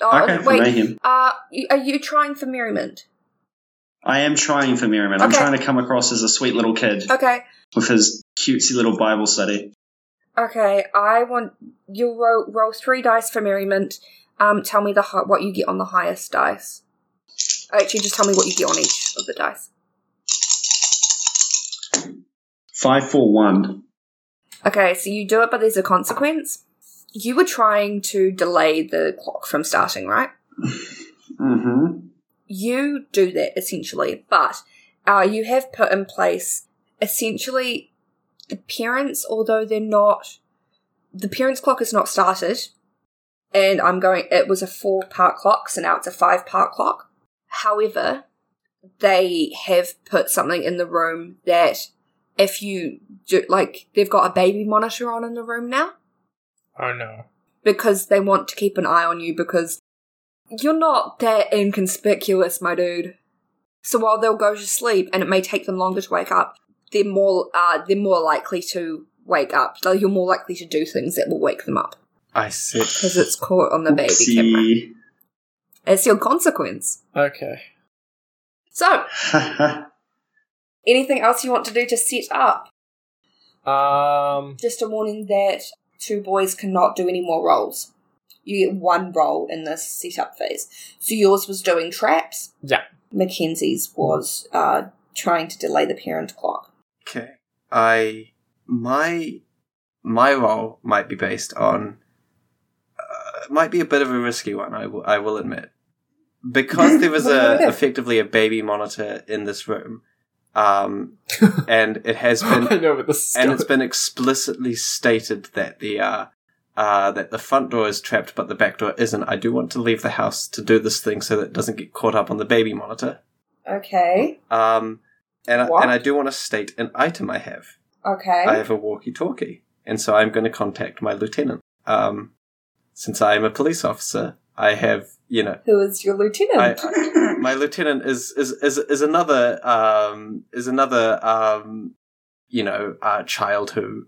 [SPEAKER 5] Oh
[SPEAKER 3] okay, for
[SPEAKER 5] wait,
[SPEAKER 3] mayhem.
[SPEAKER 5] uh, y- are you trying for merriment?
[SPEAKER 3] I am trying for merriment. I'm
[SPEAKER 5] Okay.
[SPEAKER 3] trying to come across as a sweet little kid
[SPEAKER 5] Okay,
[SPEAKER 3] with his cutesy little Bible study.
[SPEAKER 5] okay. I want you roll roll three dice for merriment. Um, tell me the hi- what you get on the highest dice. Actually, just tell me what you get on each of the dice.
[SPEAKER 3] 541.
[SPEAKER 5] Okay, so you do it, but there's a consequence. You were trying to delay the clock from starting, right?
[SPEAKER 3] Mm
[SPEAKER 2] Mm-hmm.
[SPEAKER 3] hmm.
[SPEAKER 5] you do that essentially, but uh, you have put in place essentially the parents, although they're not, the parents' clock is not started, and I'm going, it was a four part clock, so now it's a five part clock. However, they have put something in the room that if you do, like, they've got a baby monitor on in the room now
[SPEAKER 4] Oh no.
[SPEAKER 5] because they want to keep an eye on you because you're not that inconspicuous, my dude. So while they'll go to sleep and it may take them longer to wake up, they're more uh, they're more likely to wake up. Like, You're more likely to do things that will wake them up
[SPEAKER 2] I see.
[SPEAKER 5] because it's caught on the baby camera.
[SPEAKER 3] See.
[SPEAKER 5] It's your consequence.
[SPEAKER 4] Okay.
[SPEAKER 5] So,
[SPEAKER 3] I
[SPEAKER 5] anything else you want to do to set up?
[SPEAKER 4] Um. (laughs)
[SPEAKER 5] Just a warning that two boys cannot do any more roles. You get one role in this setup phase. So yours was doing traps.
[SPEAKER 4] Yeah.
[SPEAKER 5] Mackenzie's was uh, trying to delay the parent clock.
[SPEAKER 2] Okay. I my my role might be based on uh, might be a bit of a risky one. I will I will admit because there was
[SPEAKER 5] What do I
[SPEAKER 2] a
[SPEAKER 5] do?
[SPEAKER 2] effectively a baby monitor in this room, um, and it has been
[SPEAKER 4] I know, but this is
[SPEAKER 2] and
[SPEAKER 3] (laughs)
[SPEAKER 4] still-
[SPEAKER 2] it's been explicitly stated that the uh, uh, that the front door is trapped, but the back door isn't. I do want to leave the house to do this thing so that it doesn't get caught up on the baby monitor.
[SPEAKER 5] Okay.
[SPEAKER 2] Um, and I,
[SPEAKER 5] What?
[SPEAKER 2] and I do want to state an item I have.
[SPEAKER 5] Okay.
[SPEAKER 2] I have a walkie-talkie, and so I'm going to contact my lieutenant. Um, since I am a police officer, I have you know
[SPEAKER 5] Who is your
[SPEAKER 2] I,
[SPEAKER 5] lieutenant?
[SPEAKER 2] I- my lieutenant is is is is another um is another um you know uh, child who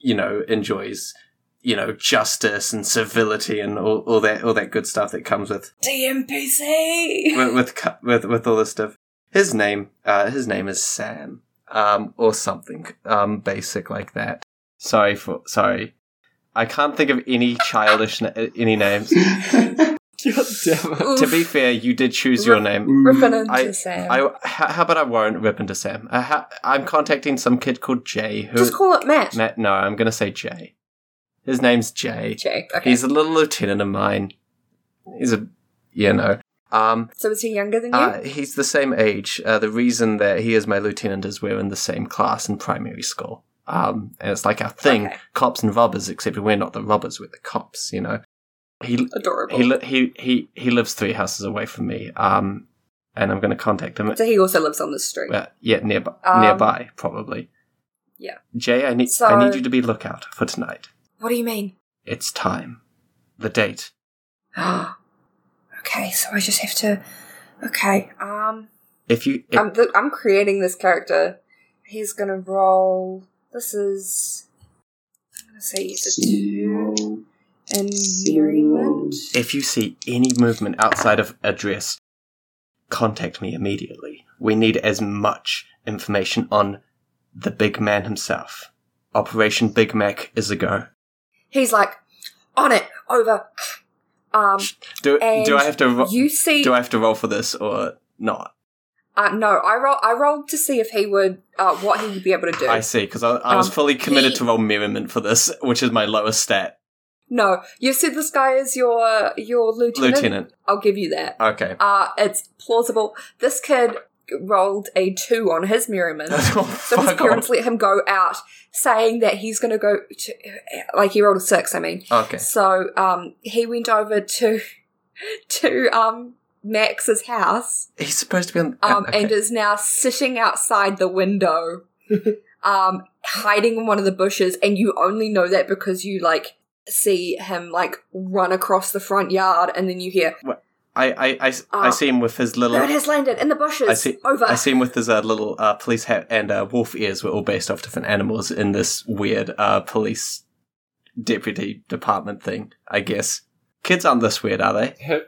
[SPEAKER 2] you know enjoys you know justice and civility and all, all that all that good stuff that comes with
[SPEAKER 5] DMPC. (laughs)
[SPEAKER 2] with with cu- with, with all this stuff. His name uh his name is Sam um or something um basic like that. Sorry for sorry. I can't think of any childish na- any names.
[SPEAKER 4] God damn it.
[SPEAKER 2] (laughs) to be fair, you did choose your name.
[SPEAKER 3] mm.
[SPEAKER 5] Ripping into
[SPEAKER 2] I-
[SPEAKER 5] Sam.
[SPEAKER 2] I, h- how about I won't rip into Sam? I ha- I'm contacting some kid called Jay. Who
[SPEAKER 5] Just call it Matt.
[SPEAKER 2] Matt? No, I'm going to say Jay. His name's Jay.
[SPEAKER 5] Jay. Okay.
[SPEAKER 2] He's a little lieutenant of mine. He's a, you know, um,
[SPEAKER 5] so is he younger than you?
[SPEAKER 2] uh, he's the same age. Uh, the reason that he is my lieutenant is we're in the same class in primary school. Um, and it's like our thing,
[SPEAKER 5] Okay.
[SPEAKER 2] cops and robbers, except we're not the robbers, we're the cops, you know. He
[SPEAKER 5] Adorable.
[SPEAKER 2] he li- he he he lives three houses away from me. Um, and I'm going to contact him.
[SPEAKER 5] so he also lives on the street.
[SPEAKER 2] Uh, yeah, nearby,
[SPEAKER 5] Um,
[SPEAKER 2] nearby, probably.
[SPEAKER 5] yeah.
[SPEAKER 2] Jay, I need
[SPEAKER 5] So-
[SPEAKER 2] I need you to be lookout for tonight.
[SPEAKER 5] What do you mean?
[SPEAKER 2] It's time. The date.
[SPEAKER 5] (gasps) okay, so I just have to. Okay, um,
[SPEAKER 2] If you, if,
[SPEAKER 5] I'm th- I'm creating this character. He's gonna roll. This is. I'm gonna say it's a two in merriment.
[SPEAKER 2] if you see any movement outside of address, contact me immediately. We need as much information on the big man himself. Operation Big Mac is a go.
[SPEAKER 5] He's like, on it, over. Um,
[SPEAKER 2] Do
[SPEAKER 5] and
[SPEAKER 2] do I have to ro-
[SPEAKER 5] you see?
[SPEAKER 2] do I have to roll for this or not?
[SPEAKER 5] uh, no, I roll. I rolled to see if he would, uh, what he would be able to do.
[SPEAKER 2] I see because I, I was
[SPEAKER 5] Um,
[SPEAKER 2] fully committed
[SPEAKER 5] he-
[SPEAKER 2] to roll merriment for this, which is my lowest stat.
[SPEAKER 5] No, you said this guy is your your lieutenant.
[SPEAKER 2] Lieutenant.
[SPEAKER 5] I'll give you that.
[SPEAKER 2] Okay.
[SPEAKER 5] Uh, it's plausible. This kid rolled a two on his merriment.
[SPEAKER 2] (laughs) Oh,
[SPEAKER 5] So his
[SPEAKER 2] fuck
[SPEAKER 5] parents
[SPEAKER 2] off.
[SPEAKER 5] let him go out, saying that he's going to go to, like he rolled a six. I mean,
[SPEAKER 2] Okay.
[SPEAKER 5] so um, he went over to (laughs) to um Max's house,
[SPEAKER 2] He's supposed to be on. (laughs)
[SPEAKER 5] um,
[SPEAKER 2] Uh, okay.
[SPEAKER 5] and is now sitting outside
[SPEAKER 2] (laughs)
[SPEAKER 5] the window, um, hiding in one of the bushes. And you only know that because you like see him like run across the front yard, and then you hear
[SPEAKER 2] I, I, I, I
[SPEAKER 5] uh,
[SPEAKER 2] see him with his
[SPEAKER 5] bird
[SPEAKER 2] little.
[SPEAKER 5] has landed in the bushes.
[SPEAKER 2] I see.
[SPEAKER 5] Over.
[SPEAKER 2] I see him with his uh, little uh, police hat and uh, wolf ears. Were all based off different animals in this weird uh, police deputy department thing. I guess kids aren't this weird, are they?
[SPEAKER 4] Have,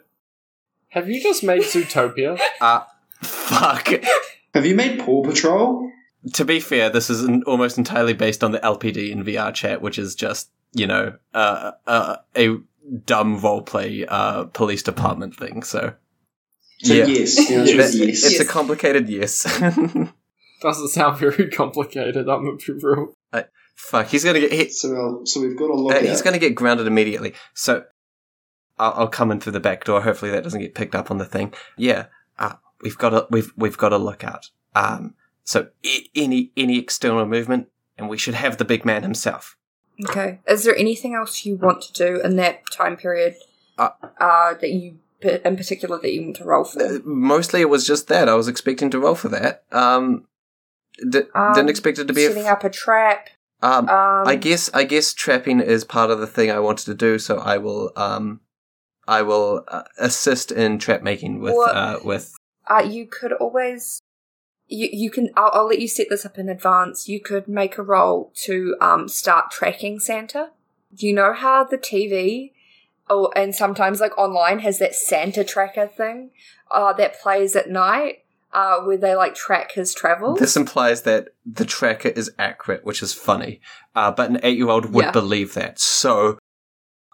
[SPEAKER 4] have you just
[SPEAKER 3] (laughs)
[SPEAKER 4] made Zootopia?
[SPEAKER 2] Uh, fuck.
[SPEAKER 3] (laughs)
[SPEAKER 2] (laughs)
[SPEAKER 3] Have you made Paw Patrol?
[SPEAKER 2] to be fair, this is an, almost entirely based on the LPD in VR chat, which is just you know uh, uh, a dumb roleplay uh, police department thing. So
[SPEAKER 3] So
[SPEAKER 2] Yeah.
[SPEAKER 3] yes, the answer
[SPEAKER 2] That-
[SPEAKER 3] is yes.
[SPEAKER 2] it's a
[SPEAKER 5] Yes.
[SPEAKER 2] complicated yes. (laughs)
[SPEAKER 4] Doesn't sound very complicated, I'm a real.
[SPEAKER 2] Fuck, he's gonna get he,
[SPEAKER 3] So, I'll- so we've got a look
[SPEAKER 2] uh,
[SPEAKER 3] at
[SPEAKER 2] he's gonna get grounded immediately. So I'll, I'll come in through the back door. Hopefully that doesn't get picked up on the thing. Yeah, uh, we've got to we've we've got to look out. Um, so I- any any external movement, and we should have the big man himself.
[SPEAKER 5] Okay. Is there anything else you want to do in that time period
[SPEAKER 2] Uh,
[SPEAKER 5] uh, that you, in particular, that you want to roll
[SPEAKER 2] Uh,
[SPEAKER 5] for?
[SPEAKER 2] mostly it was just that I was expecting to roll for that. Um, d-
[SPEAKER 5] Um,
[SPEAKER 2] didn't expect it to be a
[SPEAKER 5] setting
[SPEAKER 2] f-
[SPEAKER 5] up a trap.
[SPEAKER 2] um,
[SPEAKER 5] Um,
[SPEAKER 2] I guess I guess trapping is part of the thing I wanted to do, so I will um, I will uh, assist in trap making with
[SPEAKER 5] What-
[SPEAKER 2] uh, with
[SPEAKER 5] Uh, you could always you, you can I'll, I'll let you set this up in advance you could make a roll to um, start tracking santa you know how the tv oh and sometimes like online has that santa tracker thing uh, that plays at night uh, where they like track his travels
[SPEAKER 2] This implies that the tracker is accurate, which is funny. Uh, but an eight year old would
[SPEAKER 5] Yeah.
[SPEAKER 2] believe that. So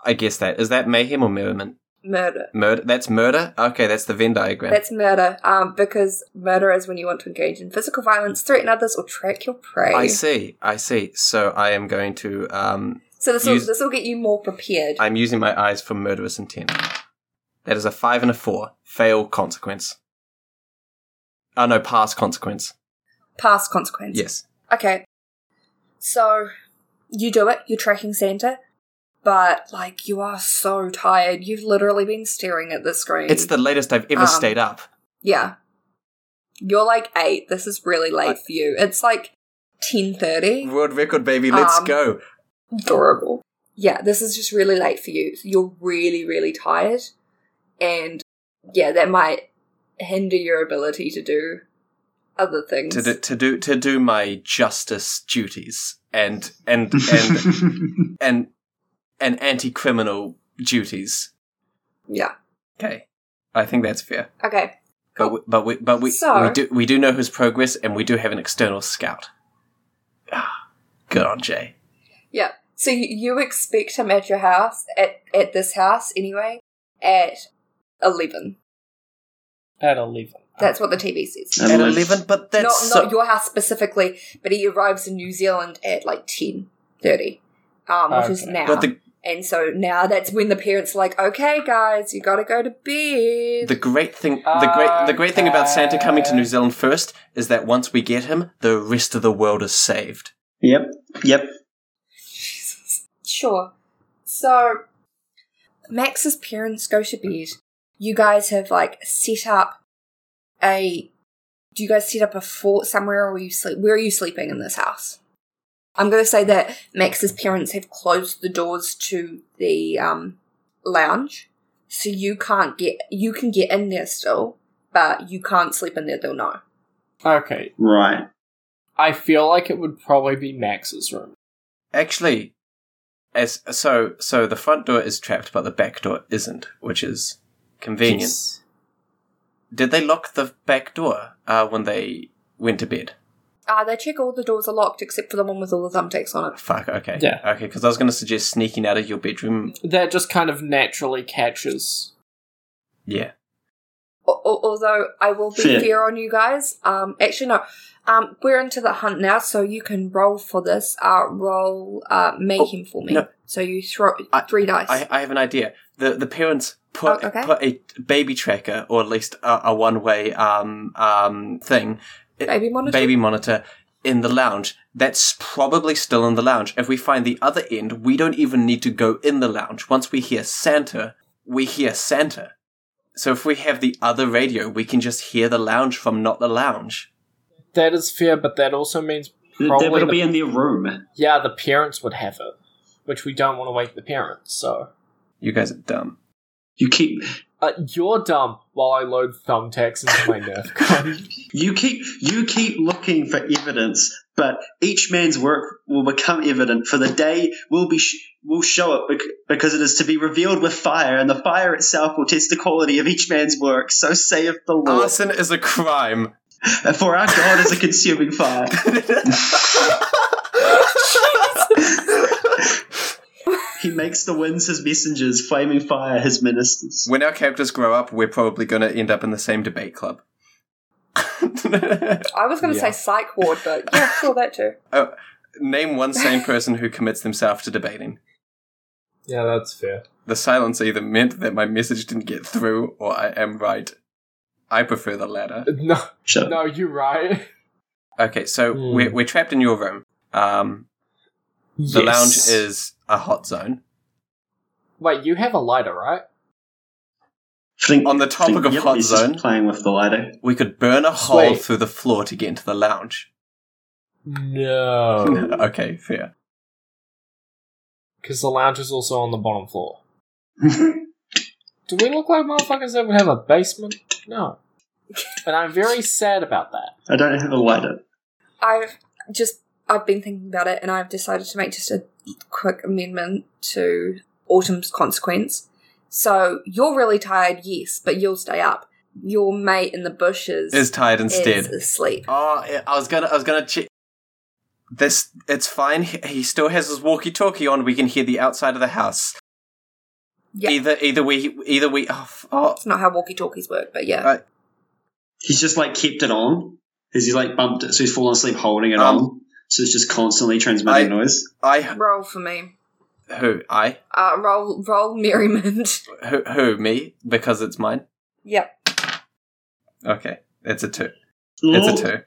[SPEAKER 2] I guess that. Is that mayhem or merriment?
[SPEAKER 5] murder
[SPEAKER 2] Murder? That's murder? Okay, that's the Venn diagram.
[SPEAKER 5] that's murder um, because murder is when you want to engage in physical violence threaten others or track your prey
[SPEAKER 2] I see. I see. So I am going to. Um,
[SPEAKER 5] so this will
[SPEAKER 2] Use-
[SPEAKER 5] this will get you more prepared
[SPEAKER 2] I'm using my eyes for murderous intent. That is a five and a four. Fail consequence. Oh no, pass consequence.
[SPEAKER 5] past consequence
[SPEAKER 2] Yes.
[SPEAKER 5] Okay. So you do it, you're tracking Santa, but like you are so tired. You've literally been staring at the screen.
[SPEAKER 2] It's the latest I've ever
[SPEAKER 5] Um,
[SPEAKER 2] stayed up.
[SPEAKER 5] Yeah. You're like eight. This is really late for you. It's like ten thirty.
[SPEAKER 2] World record, baby. Let's
[SPEAKER 5] um,
[SPEAKER 2] go.
[SPEAKER 5] Adorable. Yeah, this is just really late for you. You're really, really tired. And yeah, that might hinder your ability to do other things.
[SPEAKER 2] to do, to do to do my justice duties and and and and and anti criminal duties.
[SPEAKER 5] Yeah.
[SPEAKER 2] Okay, I think that's fair.
[SPEAKER 5] Okay.
[SPEAKER 2] But we, but we but we,
[SPEAKER 5] So-
[SPEAKER 2] we do we do know his progress, and we do have an external scout. Ah, Good on Jay.
[SPEAKER 5] Yeah. So you, you expect him at your house, at, at this house anyway, at 11.
[SPEAKER 4] At 11.
[SPEAKER 5] That's what the TV says.
[SPEAKER 2] At
[SPEAKER 3] At
[SPEAKER 2] eleven, but
[SPEAKER 5] Not,
[SPEAKER 2] that's
[SPEAKER 5] not
[SPEAKER 2] so-
[SPEAKER 5] your house specifically, but he arrives in New Zealand at like ten thirty, um, which is
[SPEAKER 4] Okay.
[SPEAKER 5] now.
[SPEAKER 2] but the
[SPEAKER 5] and so now that's when the parents are like, okay, guys, you gotta go to bed.
[SPEAKER 2] The great thing, the great, the great thing about Santa coming to New
[SPEAKER 4] Okay.
[SPEAKER 2] Zealand first is that once we get him, the rest of the world is saved.
[SPEAKER 3] Yep, yep.
[SPEAKER 5] Sure. So, Max's parents go to bed. You guys have like set up a. Do you guys set up a fort somewhere, or you sleep? Where are you sleeping in this house? I'm going to say that Max's parents have closed the doors to the um, lounge, so you can't get. You can get in there still, but you can't sleep in there. They'll know.
[SPEAKER 4] Okay.
[SPEAKER 3] Right.
[SPEAKER 4] I feel like it would probably be Max's room.
[SPEAKER 2] Actually, as so, so the front door is trapped, but the back door isn't, which is convenient.
[SPEAKER 4] Yes.
[SPEAKER 2] Did they lock the back door uh, when they went to bed?
[SPEAKER 5] Uh, they check all the doors are locked except for the one with all the thumbtacks on it.
[SPEAKER 2] Fuck. Okay.
[SPEAKER 4] Yeah.
[SPEAKER 2] Okay. Because I was going to suggest sneaking out of your bedroom.
[SPEAKER 4] That just kind of naturally catches.
[SPEAKER 2] Yeah.
[SPEAKER 5] Al- al- although I will be
[SPEAKER 3] Fair.
[SPEAKER 5] fair on you guys. Um, actually, no. Um, we're into the hunt now, so you can roll for this. Uh, roll uh, mayhem for me.
[SPEAKER 2] Oh, no.
[SPEAKER 5] So you throw
[SPEAKER 2] I-
[SPEAKER 5] three dice.
[SPEAKER 2] I, I have an idea. The the parents put
[SPEAKER 5] Oh, okay.
[SPEAKER 2] put a baby tracker or at least a, a one way um um thing
[SPEAKER 5] Baby monitor.
[SPEAKER 2] baby monitor in the lounge. That's probably still in the lounge. If we find the other end, we don't even need to go in the lounge. Once we hear Santa, we hear Santa. So if we have the other radio, we can just hear the lounge from not the lounge.
[SPEAKER 4] That is fair, but that also means
[SPEAKER 3] They
[SPEAKER 4] probably.
[SPEAKER 3] will
[SPEAKER 4] The,
[SPEAKER 3] be in their room.
[SPEAKER 4] yeah, the parents would have it, which we don't want to wake the parents, so.
[SPEAKER 2] You guys are dumb.
[SPEAKER 3] You keep,
[SPEAKER 4] Uh, you're dumb while I load thumbtacks into my Nerf gun.
[SPEAKER 3] you keep, you keep looking for evidence, but each man's work will become evident. For the day will be, sh- will show it bec- because it is to be revealed with fire, and the fire itself will test the quality of each man's work. So saith the Lord.
[SPEAKER 2] Arson is a crime.
[SPEAKER 3] For our God is a
[SPEAKER 2] (laughs)
[SPEAKER 3] consuming fire. He makes the winds his messengers, flaming fire his ministers.
[SPEAKER 2] when our characters grow up, we're probably going to end up in the same debate club.
[SPEAKER 5] I was going to
[SPEAKER 4] Yeah.
[SPEAKER 5] say psych ward, but yeah, sure that too.
[SPEAKER 2] Name one sane person who commits themselves to debating.
[SPEAKER 4] yeah, that's fair.
[SPEAKER 2] The silence either meant that my message didn't get through or I am right. I prefer the latter.
[SPEAKER 4] (laughs) No,
[SPEAKER 3] Shut up.
[SPEAKER 4] no, you're right.
[SPEAKER 2] Okay, so
[SPEAKER 4] Hmm.
[SPEAKER 2] we're, we're trapped in your room. Um, the lounge is a hot zone.
[SPEAKER 4] Wait, you have a lighter, right?
[SPEAKER 3] Think-
[SPEAKER 2] On the topic
[SPEAKER 3] think
[SPEAKER 2] of
[SPEAKER 3] Yep
[SPEAKER 2] hot
[SPEAKER 3] is just
[SPEAKER 2] zone.
[SPEAKER 3] playing with the lighter. (laughs)
[SPEAKER 2] We could burn a hole
[SPEAKER 4] Sweet.
[SPEAKER 2] through the floor to get into the lounge. (laughs)
[SPEAKER 4] No.
[SPEAKER 2] okay, fair.
[SPEAKER 4] Because the lounge is also on the bottom floor. Do we look like motherfuckers that would have a basement? No. And I'm very sad about that.
[SPEAKER 3] I don't have a lighter.
[SPEAKER 5] I've just I've been thinking about it, and I've decided to make just a quick amendment to Autumn's consequence. So you're really tired, yes, but you'll stay up. Your mate in the bushes
[SPEAKER 2] Is tired instead.
[SPEAKER 5] is asleep.
[SPEAKER 2] Oh, I- I was gonna, I was gonna. Che- this, it's fine. He he still has his walkie-talkie on. We can hear the outside of the house.
[SPEAKER 5] Yeah.
[SPEAKER 2] Either, either we, either we. Oh, f- oh,
[SPEAKER 5] That's not how walkie talkies work, but yeah.
[SPEAKER 2] Uh,
[SPEAKER 3] He's just like kept it on. Is he like bumped it? So he's fallen asleep holding it
[SPEAKER 2] Um,
[SPEAKER 3] on. So it's just constantly transmitting
[SPEAKER 2] I-
[SPEAKER 3] noise.
[SPEAKER 2] I
[SPEAKER 5] roll for me.
[SPEAKER 2] who I
[SPEAKER 5] Uh, roll roll merriment. (laughs)
[SPEAKER 2] who who me because it's mine.
[SPEAKER 5] yep.
[SPEAKER 2] Okay, it's a two. It's a two.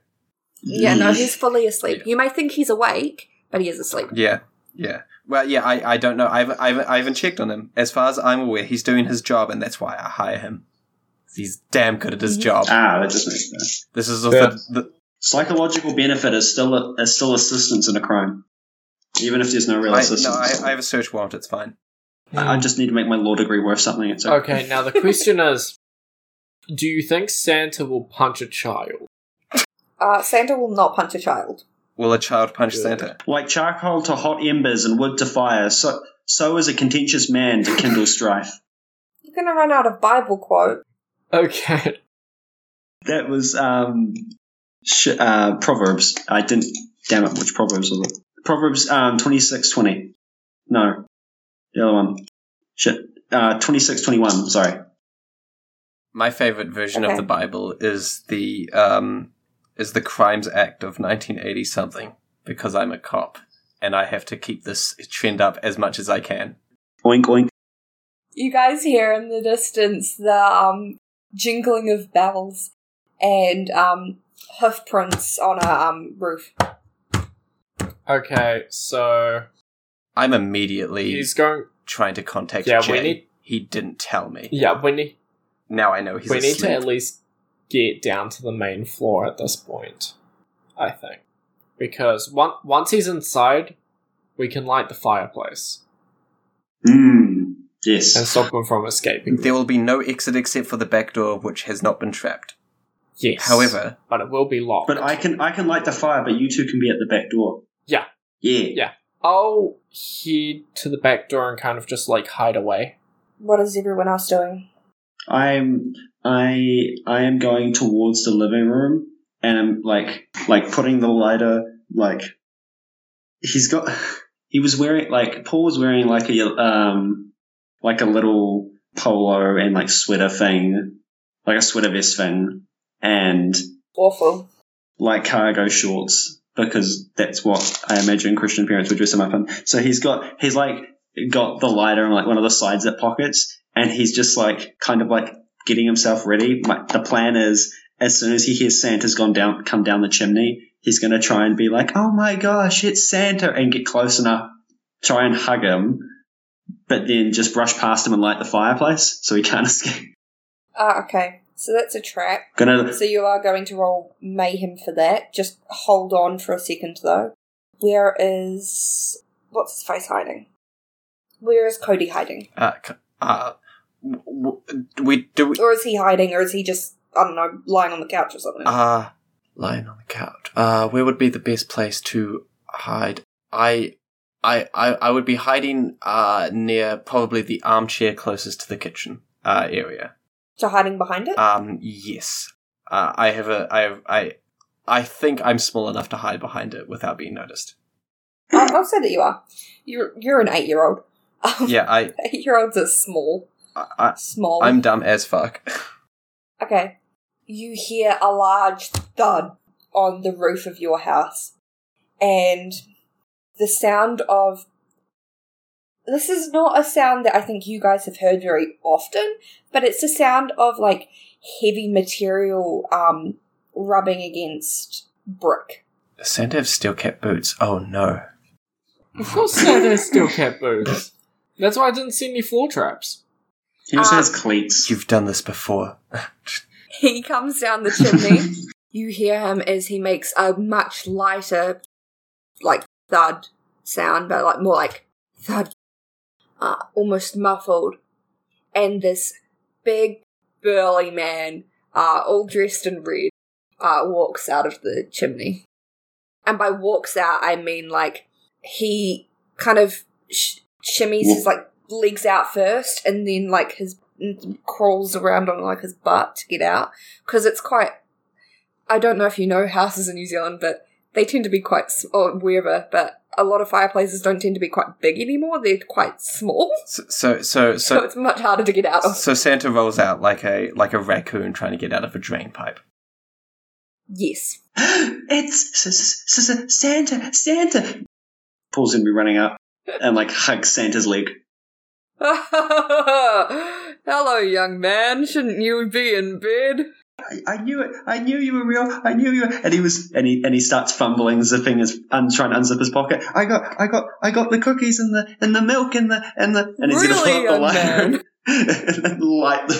[SPEAKER 5] Yeah, no, he's fully asleep. You may think he's awake, but he is asleep.
[SPEAKER 2] Yeah, yeah. Well, yeah. I, I don't know. I've, I've, I haven't checked on him. As far as I'm aware, he's doing his job, and that's why I hire him. He's damn good at his
[SPEAKER 5] Mhm.
[SPEAKER 2] job.
[SPEAKER 3] Ah, that just makes sense.
[SPEAKER 2] This is the,
[SPEAKER 4] Yeah.
[SPEAKER 2] the
[SPEAKER 3] Psychological benefit is still a, is still assistance in a crime, even if there's no real
[SPEAKER 2] I, no.
[SPEAKER 3] assistance.
[SPEAKER 2] I, I have a search warrant. It's fine. Hmm.
[SPEAKER 3] I- I just need to make my law degree worth something. It's okay.
[SPEAKER 4] Okay, now the question is Do you think Santa will punch a child?
[SPEAKER 5] Uh, Santa will not punch a child.
[SPEAKER 2] Will a child punch
[SPEAKER 4] Good.
[SPEAKER 2] Santa?
[SPEAKER 3] Like charcoal to hot embers and wood to fire, so so is a contentious man to kindle strife.
[SPEAKER 5] You're gonna run out of Bible quote.
[SPEAKER 4] Okay. (laughs)
[SPEAKER 3] That was um, sh- uh, Proverbs. I didn't. Damn it! Which Proverbs was it? Proverbs um twenty six twenty. No, the other one. Shit. Uh, twenty six twenty one. Sorry.
[SPEAKER 2] My favorite version
[SPEAKER 5] Okay.
[SPEAKER 2] of the Bible is the um is the Crimes Act of 1980 something because I'm a cop and I have to keep this trend up as much as I can.
[SPEAKER 3] Oink oink.
[SPEAKER 5] You guys hear in the distance the um, jingling of bells and um, hoof prints on a um, roof.
[SPEAKER 4] Okay, so
[SPEAKER 2] I'm immediately
[SPEAKER 4] he's going.
[SPEAKER 2] trying to contact
[SPEAKER 4] Yeah, we
[SPEAKER 2] Jay.
[SPEAKER 4] need-
[SPEAKER 2] He didn't tell me.
[SPEAKER 4] Yeah, we need,
[SPEAKER 2] Now I know Oh, he's
[SPEAKER 4] we need to
[SPEAKER 2] asleep.
[SPEAKER 4] at least get down to the main floor at this point, I think. Because one, once he's inside, we can light the fireplace
[SPEAKER 3] Mm,
[SPEAKER 4] and
[SPEAKER 3] yes.
[SPEAKER 4] stop him from escaping.
[SPEAKER 2] There will be no exit except for the back door, which has not been trapped.
[SPEAKER 4] Yes.
[SPEAKER 2] However,
[SPEAKER 4] But it will be locked.
[SPEAKER 3] But I can I can light the fire, but you two can be at the back door.
[SPEAKER 4] Yeah.
[SPEAKER 3] Yeah.
[SPEAKER 4] I'll head to the back door and kind of just like hide away.
[SPEAKER 5] What is everyone else doing?
[SPEAKER 3] I'm I I am going towards the living room and I'm like like putting the lighter like he's got (laughs) he was wearing like Paul was wearing like a um like a little polo and like sweater thing like a sweater vest thing and
[SPEAKER 5] Awful.
[SPEAKER 3] like cargo shorts because that's what I imagine Christian parents would dress him up in. So he's got he's like got the lighter in like one of the sides that pockets, and he's just like kind of like getting himself ready. Like the plan is as soon as he hears Santa's gone down come down the chimney, he's gonna try and be like, oh my gosh, it's Santa, and get close enough, try and hug him. But then just brush past him and light the fireplace so he can't (laughs) escape.
[SPEAKER 5] Ah, okay. So that's a trap.
[SPEAKER 3] Gonna
[SPEAKER 5] So you are going to roll mayhem for that. Just hold on for a second though. Where is what's his face hiding? Where is Cody hiding?
[SPEAKER 2] uh, c- uh, w- w- we do. We,
[SPEAKER 5] Or is he hiding or is he just I don't know, lying on the couch or something?
[SPEAKER 2] uh, lying on the couch. Uh, where would be the best place to hide? I, I, I, I would be hiding uh, near probably the armchair closest to the kitchen uh, area.
[SPEAKER 5] so hiding behind it?
[SPEAKER 2] Um, yes. Uh, I have a, I have, I, I think I'm small enough to hide behind it without being noticed.
[SPEAKER 5] I'll, I'll say that you are. You're you're an eight (laughs) year old.
[SPEAKER 2] Yeah, I,
[SPEAKER 5] Eight year olds are small.
[SPEAKER 2] I,
[SPEAKER 5] Small.
[SPEAKER 2] I I'm dumb as fuck.
[SPEAKER 5] Okay. You hear a large thud on the roof of your house. And the sound of. This is not a sound that I think you guys have heard very often, but it's the sound of like heavy material um, rubbing against brick.
[SPEAKER 2] Does Santa have steel cap boots? Oh no.
[SPEAKER 4] Of course,
[SPEAKER 2] (laughs)
[SPEAKER 4] Santa still kept boots. That's why I didn't see any floor traps.
[SPEAKER 3] he also
[SPEAKER 5] Ah.
[SPEAKER 3] has cleats.
[SPEAKER 2] You've done this before.
[SPEAKER 5] He comes down the chimney. you hear him as he makes a much lighter, like thud sound, but like more like thud, uh, almost muffled. And this big burly man, uh, all dressed in red, uh, walks out of the chimney. And by walks out, I mean like he kind of sh- shimmies his like legs out first, and then like his crawls around on like his butt to get out because it's quite. I don't know if you know houses in New Zealand, but they tend to be quite s- or wherever, but a lot of fireplaces don't tend to be quite big anymore. They're quite small, (laughs)
[SPEAKER 2] So so so
[SPEAKER 5] so,
[SPEAKER 2] so,
[SPEAKER 5] it's much harder to get out of.
[SPEAKER 2] so Santa rolls out like a like a raccoon trying to get out of a drain pipe.
[SPEAKER 5] Yes. (laughs)
[SPEAKER 3] it's S- S- S- Santa, Santa. Paul's gonna be running up and like hugs Santa's leg.
[SPEAKER 5] Hello, young man. Shouldn't you be in bed?
[SPEAKER 3] I, I knew it. I knew you were real. I knew you. Were. And he was, and he and he starts fumbling, zipping his, un, trying to unzip his pocket. I got, I got, I got the cookies and the and the milk and the and the. And he's
[SPEAKER 5] Really, Oh,
[SPEAKER 3] gonna pull
[SPEAKER 5] young
[SPEAKER 3] up the
[SPEAKER 5] man.
[SPEAKER 3] light (laughs) and then light the.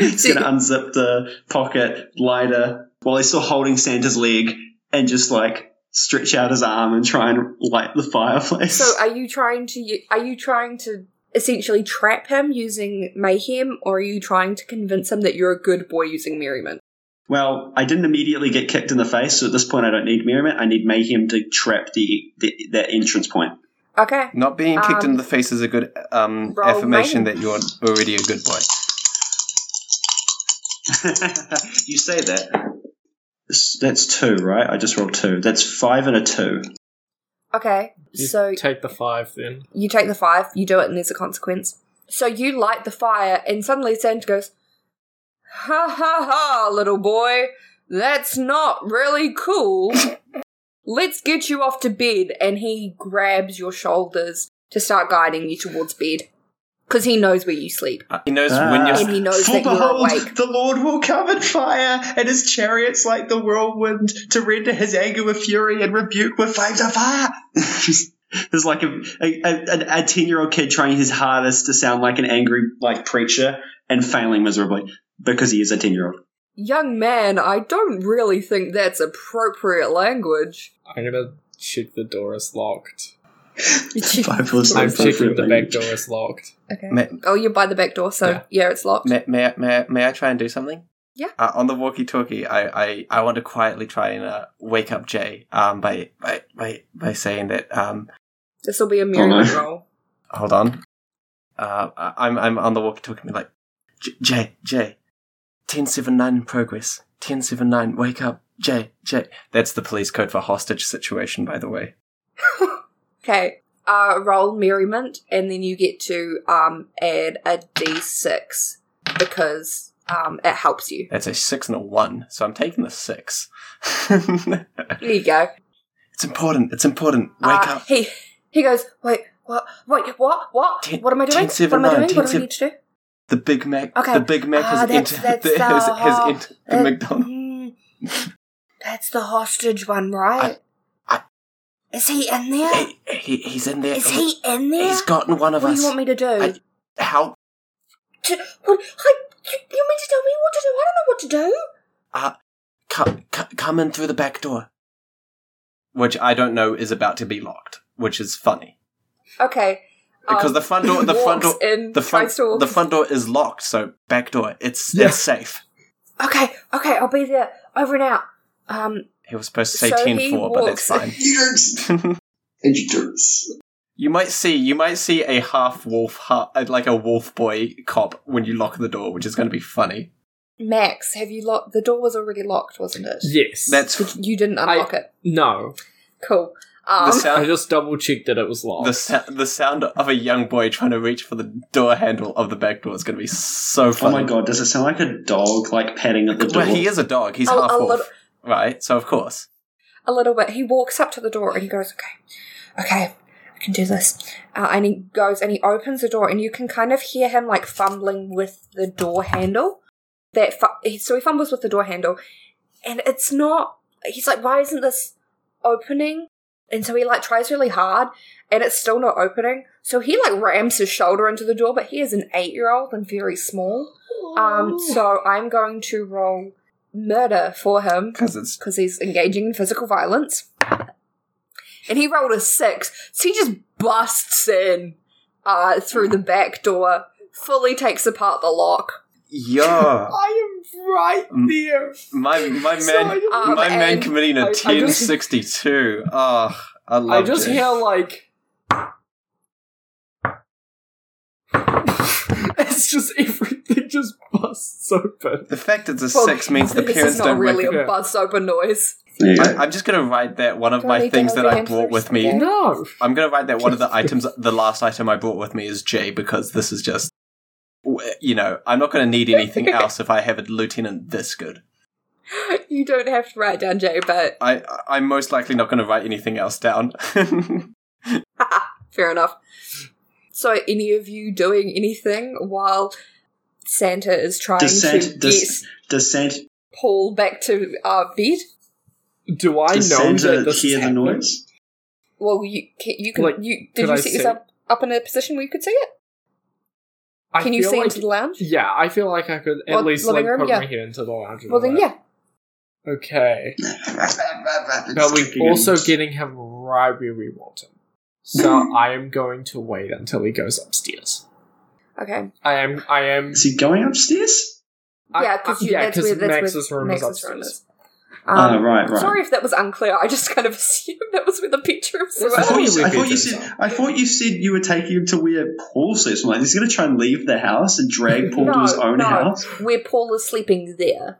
[SPEAKER 3] he's
[SPEAKER 5] (laughs)
[SPEAKER 3] gonna unzip the pocket lighter while he's still holding Santa's leg and just like stretch out his arm and try and light the fireplace.
[SPEAKER 5] So, are you trying to? u- Are you trying to essentially trap him using mayhem, or are you trying to convince him that you're a good boy using merriment?
[SPEAKER 3] Well, I didn't immediately get kicked in the face, so at this point I don't need merriment. I need mayhem to trap the, the that entrance point.
[SPEAKER 5] Okay.
[SPEAKER 2] Not being kicked
[SPEAKER 5] Um,
[SPEAKER 2] in the face is a good um,
[SPEAKER 5] roll
[SPEAKER 2] affirmation
[SPEAKER 5] main.
[SPEAKER 2] that you're already a good boy.
[SPEAKER 3] (laughs) you say that. That's- That's two, right? I just rolled two. That's five and a two.
[SPEAKER 5] Okay.
[SPEAKER 4] You
[SPEAKER 5] so
[SPEAKER 4] take the five then.
[SPEAKER 5] you take the five. You do it, and there's a consequence. So you light the fire, and suddenly Santa goes, "Ha ha ha, little boy! That's not really cool.
[SPEAKER 4] (laughs)
[SPEAKER 5] Let's get you off to bed." And he grabs your shoulders to start guiding you towards bed, because he knows where you sleep.
[SPEAKER 2] Uh, He knows when
[SPEAKER 5] Ah. And
[SPEAKER 2] you're.
[SPEAKER 5] he knows
[SPEAKER 3] For
[SPEAKER 5] that you're
[SPEAKER 3] behold,
[SPEAKER 5] awake.
[SPEAKER 3] the Lord will come in fire, and his chariots like the whirlwind to render his anger with fury and rebuke with flames of fire. (laughs) There's like a a- a ten year old kid trying his hardest to sound like an angry like preacher and failing miserably because he is a ten year
[SPEAKER 5] (laughs)
[SPEAKER 3] old.
[SPEAKER 5] Young man, I don't really think that's appropriate language.
[SPEAKER 4] I'm gonna check the door is locked.
[SPEAKER 3] I'm
[SPEAKER 4] I'm checking the back
[SPEAKER 3] language.
[SPEAKER 4] door is locked.
[SPEAKER 5] Okay.
[SPEAKER 2] May,
[SPEAKER 5] Oh, you're by the back door, so yeah,
[SPEAKER 4] Yeah.
[SPEAKER 5] it's locked.
[SPEAKER 2] may, may, I- may, I- may I try and do something?
[SPEAKER 5] Yeah.
[SPEAKER 2] Uh, on the walkie-talkie, I, I, I want to quietly try and uh, wake up Jay um, by, by by by saying that um,
[SPEAKER 5] This will be a
[SPEAKER 4] Oh,
[SPEAKER 3] no.
[SPEAKER 5] merriment roll.
[SPEAKER 2] hold on. Uh, I- I'm I'm on the walkie-talkie. and be like, "J- Jay, Jay, ten seven nine in progress. Ten seven nine, wake up, Jay, Jay. That's the police code for hostage situation, by the way.
[SPEAKER 5] Okay. Uh, roll merriment, and then you get to um add a d6 because um it helps you.
[SPEAKER 2] That's a six and a one, so I'm taking the six. (laughs)
[SPEAKER 5] There you go.
[SPEAKER 2] it's important. It's important. (laughs) Wake
[SPEAKER 5] uh,
[SPEAKER 2] up.
[SPEAKER 5] He he goes. Wait. What? Wait. What? What?
[SPEAKER 2] Ten-
[SPEAKER 5] what am I doing?
[SPEAKER 2] ten seven
[SPEAKER 5] what am I
[SPEAKER 2] nine,
[SPEAKER 5] doing? What
[SPEAKER 2] ten
[SPEAKER 5] do I
[SPEAKER 2] seven-
[SPEAKER 5] need to do?
[SPEAKER 2] The Big Mac.
[SPEAKER 5] Okay.
[SPEAKER 2] The Big Mac
[SPEAKER 5] Ah,
[SPEAKER 2] has
[SPEAKER 5] that's-
[SPEAKER 2] entered.
[SPEAKER 5] that's
[SPEAKER 2] the, (laughs)
[SPEAKER 5] the
[SPEAKER 2] has, has
[SPEAKER 5] whole-
[SPEAKER 2] entered the
[SPEAKER 5] Uh,
[SPEAKER 2] McDonald's.
[SPEAKER 5] mm, (laughs) that's the hostage one, right?
[SPEAKER 2] I-
[SPEAKER 5] Is he in there?
[SPEAKER 2] He, he, he's in there.
[SPEAKER 5] Is
[SPEAKER 2] He-
[SPEAKER 5] he in there?
[SPEAKER 2] He's gotten one of
[SPEAKER 5] what do
[SPEAKER 2] us.
[SPEAKER 5] you want me to do?
[SPEAKER 2] I- Help!
[SPEAKER 5] To- what, I, you, you mean to tell me what to do? I don't know what to do.
[SPEAKER 2] Come, come, come in through the back door. Which I don't know is about to be locked, which is funny
[SPEAKER 5] Okay. um,
[SPEAKER 2] because the front door, the front door,
[SPEAKER 5] Oh. in,
[SPEAKER 2] the front,
[SPEAKER 5] tries to walk-
[SPEAKER 2] the front door is locked. So back door, it's
[SPEAKER 4] Yeah.
[SPEAKER 2] it's safe.
[SPEAKER 5] Okay, okay, I'll be there. Over and out. Um,
[SPEAKER 2] He was supposed to say
[SPEAKER 5] So
[SPEAKER 2] ten
[SPEAKER 5] he
[SPEAKER 2] four, but that's
[SPEAKER 5] walks-
[SPEAKER 2] fine. (laughs)
[SPEAKER 3] Entrance.
[SPEAKER 2] You might see you might see a half wolf, half, like a wolf boy cop when you lock the door, which is going to be funny.
[SPEAKER 5] Max, have you locked? The door was already locked, wasn't it?
[SPEAKER 4] Yes.
[SPEAKER 2] That's
[SPEAKER 5] Did- You didn't
[SPEAKER 4] I-
[SPEAKER 5] unlock it.
[SPEAKER 4] no.
[SPEAKER 5] Cool.
[SPEAKER 2] the
[SPEAKER 5] Um,
[SPEAKER 4] I
[SPEAKER 2] sound.
[SPEAKER 4] just double checked that it was locked.
[SPEAKER 2] The, sa- the sound of a young boy trying to reach for the door handle of the back door is going to be so
[SPEAKER 3] Oh
[SPEAKER 2] funny.
[SPEAKER 3] my god, does it sound like a dog like patting at the door?
[SPEAKER 2] Well, he is a dog. He's
[SPEAKER 5] I'll-
[SPEAKER 2] half
[SPEAKER 5] I'll
[SPEAKER 2] wolf,
[SPEAKER 5] little-
[SPEAKER 2] right? So of course,
[SPEAKER 5] a little bit. He walks up to the door and he goes, "Okay, okay, I can do this." Uh, and he goes and he opens the door, and you can kind of hear him like fumbling with the door handle. That fu- so he fumbles with the door handle, and it's not. He's like, "Why isn't this opening?" And so he like tries really hard, and it's still not opening. So he like rams his shoulder into the door, but he is an eight-year-old and very small. Um, so I'm going to roll murder for him
[SPEAKER 2] because it's
[SPEAKER 5] because he's engaging in physical violence. And he rolled a six, so he just busts in uh, through the back door, fully takes apart the lock.
[SPEAKER 2] yeah.
[SPEAKER 4] I am right
[SPEAKER 2] Mm.
[SPEAKER 4] there.
[SPEAKER 2] My my
[SPEAKER 4] So I
[SPEAKER 2] man,
[SPEAKER 4] just-
[SPEAKER 5] Um,
[SPEAKER 2] my man
[SPEAKER 5] and
[SPEAKER 2] committing a
[SPEAKER 4] I- I just-
[SPEAKER 2] 1062. Oh, I
[SPEAKER 4] I
[SPEAKER 2] love
[SPEAKER 4] just
[SPEAKER 2] it.
[SPEAKER 4] hear like (laughs) it's just everything just busts open.
[SPEAKER 2] The fact it's a
[SPEAKER 5] Well,
[SPEAKER 2] six means the
[SPEAKER 5] this
[SPEAKER 2] parents
[SPEAKER 5] is not
[SPEAKER 2] don't
[SPEAKER 5] really
[SPEAKER 2] recognize.
[SPEAKER 5] a buzz open noise. (laughs)
[SPEAKER 3] There you go.
[SPEAKER 2] I'm just gonna write that one of
[SPEAKER 1] Do I
[SPEAKER 2] my
[SPEAKER 1] need to
[SPEAKER 2] things that
[SPEAKER 1] open
[SPEAKER 2] I
[SPEAKER 1] it
[SPEAKER 2] brought with
[SPEAKER 1] first
[SPEAKER 2] me.
[SPEAKER 1] again?
[SPEAKER 4] No.
[SPEAKER 2] I'm gonna write that one of (laughs) the items, the last item I brought with me is J because this is just, you know, I'm not gonna need anything else if I have a lieutenant this good.
[SPEAKER 5] You don't have to write down Jay, but
[SPEAKER 2] I I- I'm most likely not gonna write anything else down. (laughs)
[SPEAKER 5] fair enough. So, any of you doing anything while Santa is trying
[SPEAKER 3] Does
[SPEAKER 5] to
[SPEAKER 3] Santa,
[SPEAKER 5] get
[SPEAKER 3] does, does Santa,
[SPEAKER 5] Paul back to our bed?
[SPEAKER 4] Do I know
[SPEAKER 3] does Santa
[SPEAKER 4] that this
[SPEAKER 3] hear
[SPEAKER 4] is
[SPEAKER 3] the
[SPEAKER 4] happening?
[SPEAKER 3] noise?
[SPEAKER 5] Well, you can, you can
[SPEAKER 4] Like,
[SPEAKER 5] you
[SPEAKER 4] could
[SPEAKER 5] did you
[SPEAKER 4] I
[SPEAKER 5] set
[SPEAKER 4] see-
[SPEAKER 5] yourself up in a position where you could see it?
[SPEAKER 4] I
[SPEAKER 5] can you
[SPEAKER 4] feel
[SPEAKER 5] see
[SPEAKER 4] like,
[SPEAKER 5] into the lounge?
[SPEAKER 4] Yeah, I feel like I could at
[SPEAKER 5] Well,
[SPEAKER 4] least like
[SPEAKER 5] living room,
[SPEAKER 4] put
[SPEAKER 5] yeah.
[SPEAKER 4] my head into the lounge. and
[SPEAKER 5] Well,
[SPEAKER 4] all
[SPEAKER 5] then
[SPEAKER 4] that.
[SPEAKER 5] yeah.
[SPEAKER 4] Okay, but
[SPEAKER 3] but
[SPEAKER 4] we're also getting him right where we want him.
[SPEAKER 5] (laughs)
[SPEAKER 4] So I am going to wait until he goes upstairs.
[SPEAKER 5] Okay.
[SPEAKER 4] I am. I am.
[SPEAKER 3] Is he going upstairs?
[SPEAKER 4] I-
[SPEAKER 5] yeah, because
[SPEAKER 4] I- yeah,
[SPEAKER 5] that's where that's
[SPEAKER 4] Max's
[SPEAKER 5] where
[SPEAKER 4] room is
[SPEAKER 5] Max's
[SPEAKER 4] upstairs.
[SPEAKER 5] room is. Um,
[SPEAKER 3] oh, right, right.
[SPEAKER 5] Sorry if that was unclear. I just kind of (laughs) assumed that was where the bedrooms
[SPEAKER 4] That's
[SPEAKER 5] were.
[SPEAKER 3] I thought,
[SPEAKER 4] Totally
[SPEAKER 3] you, I, thought you
[SPEAKER 4] ridiculous.
[SPEAKER 3] said, I thought you said you were taking him to where Paul sleeps. I'm like, he's going to try and leave the house and drag Paul to his
[SPEAKER 5] No,
[SPEAKER 3] own
[SPEAKER 5] no.
[SPEAKER 3] house?
[SPEAKER 5] Where Paul is sleeping there.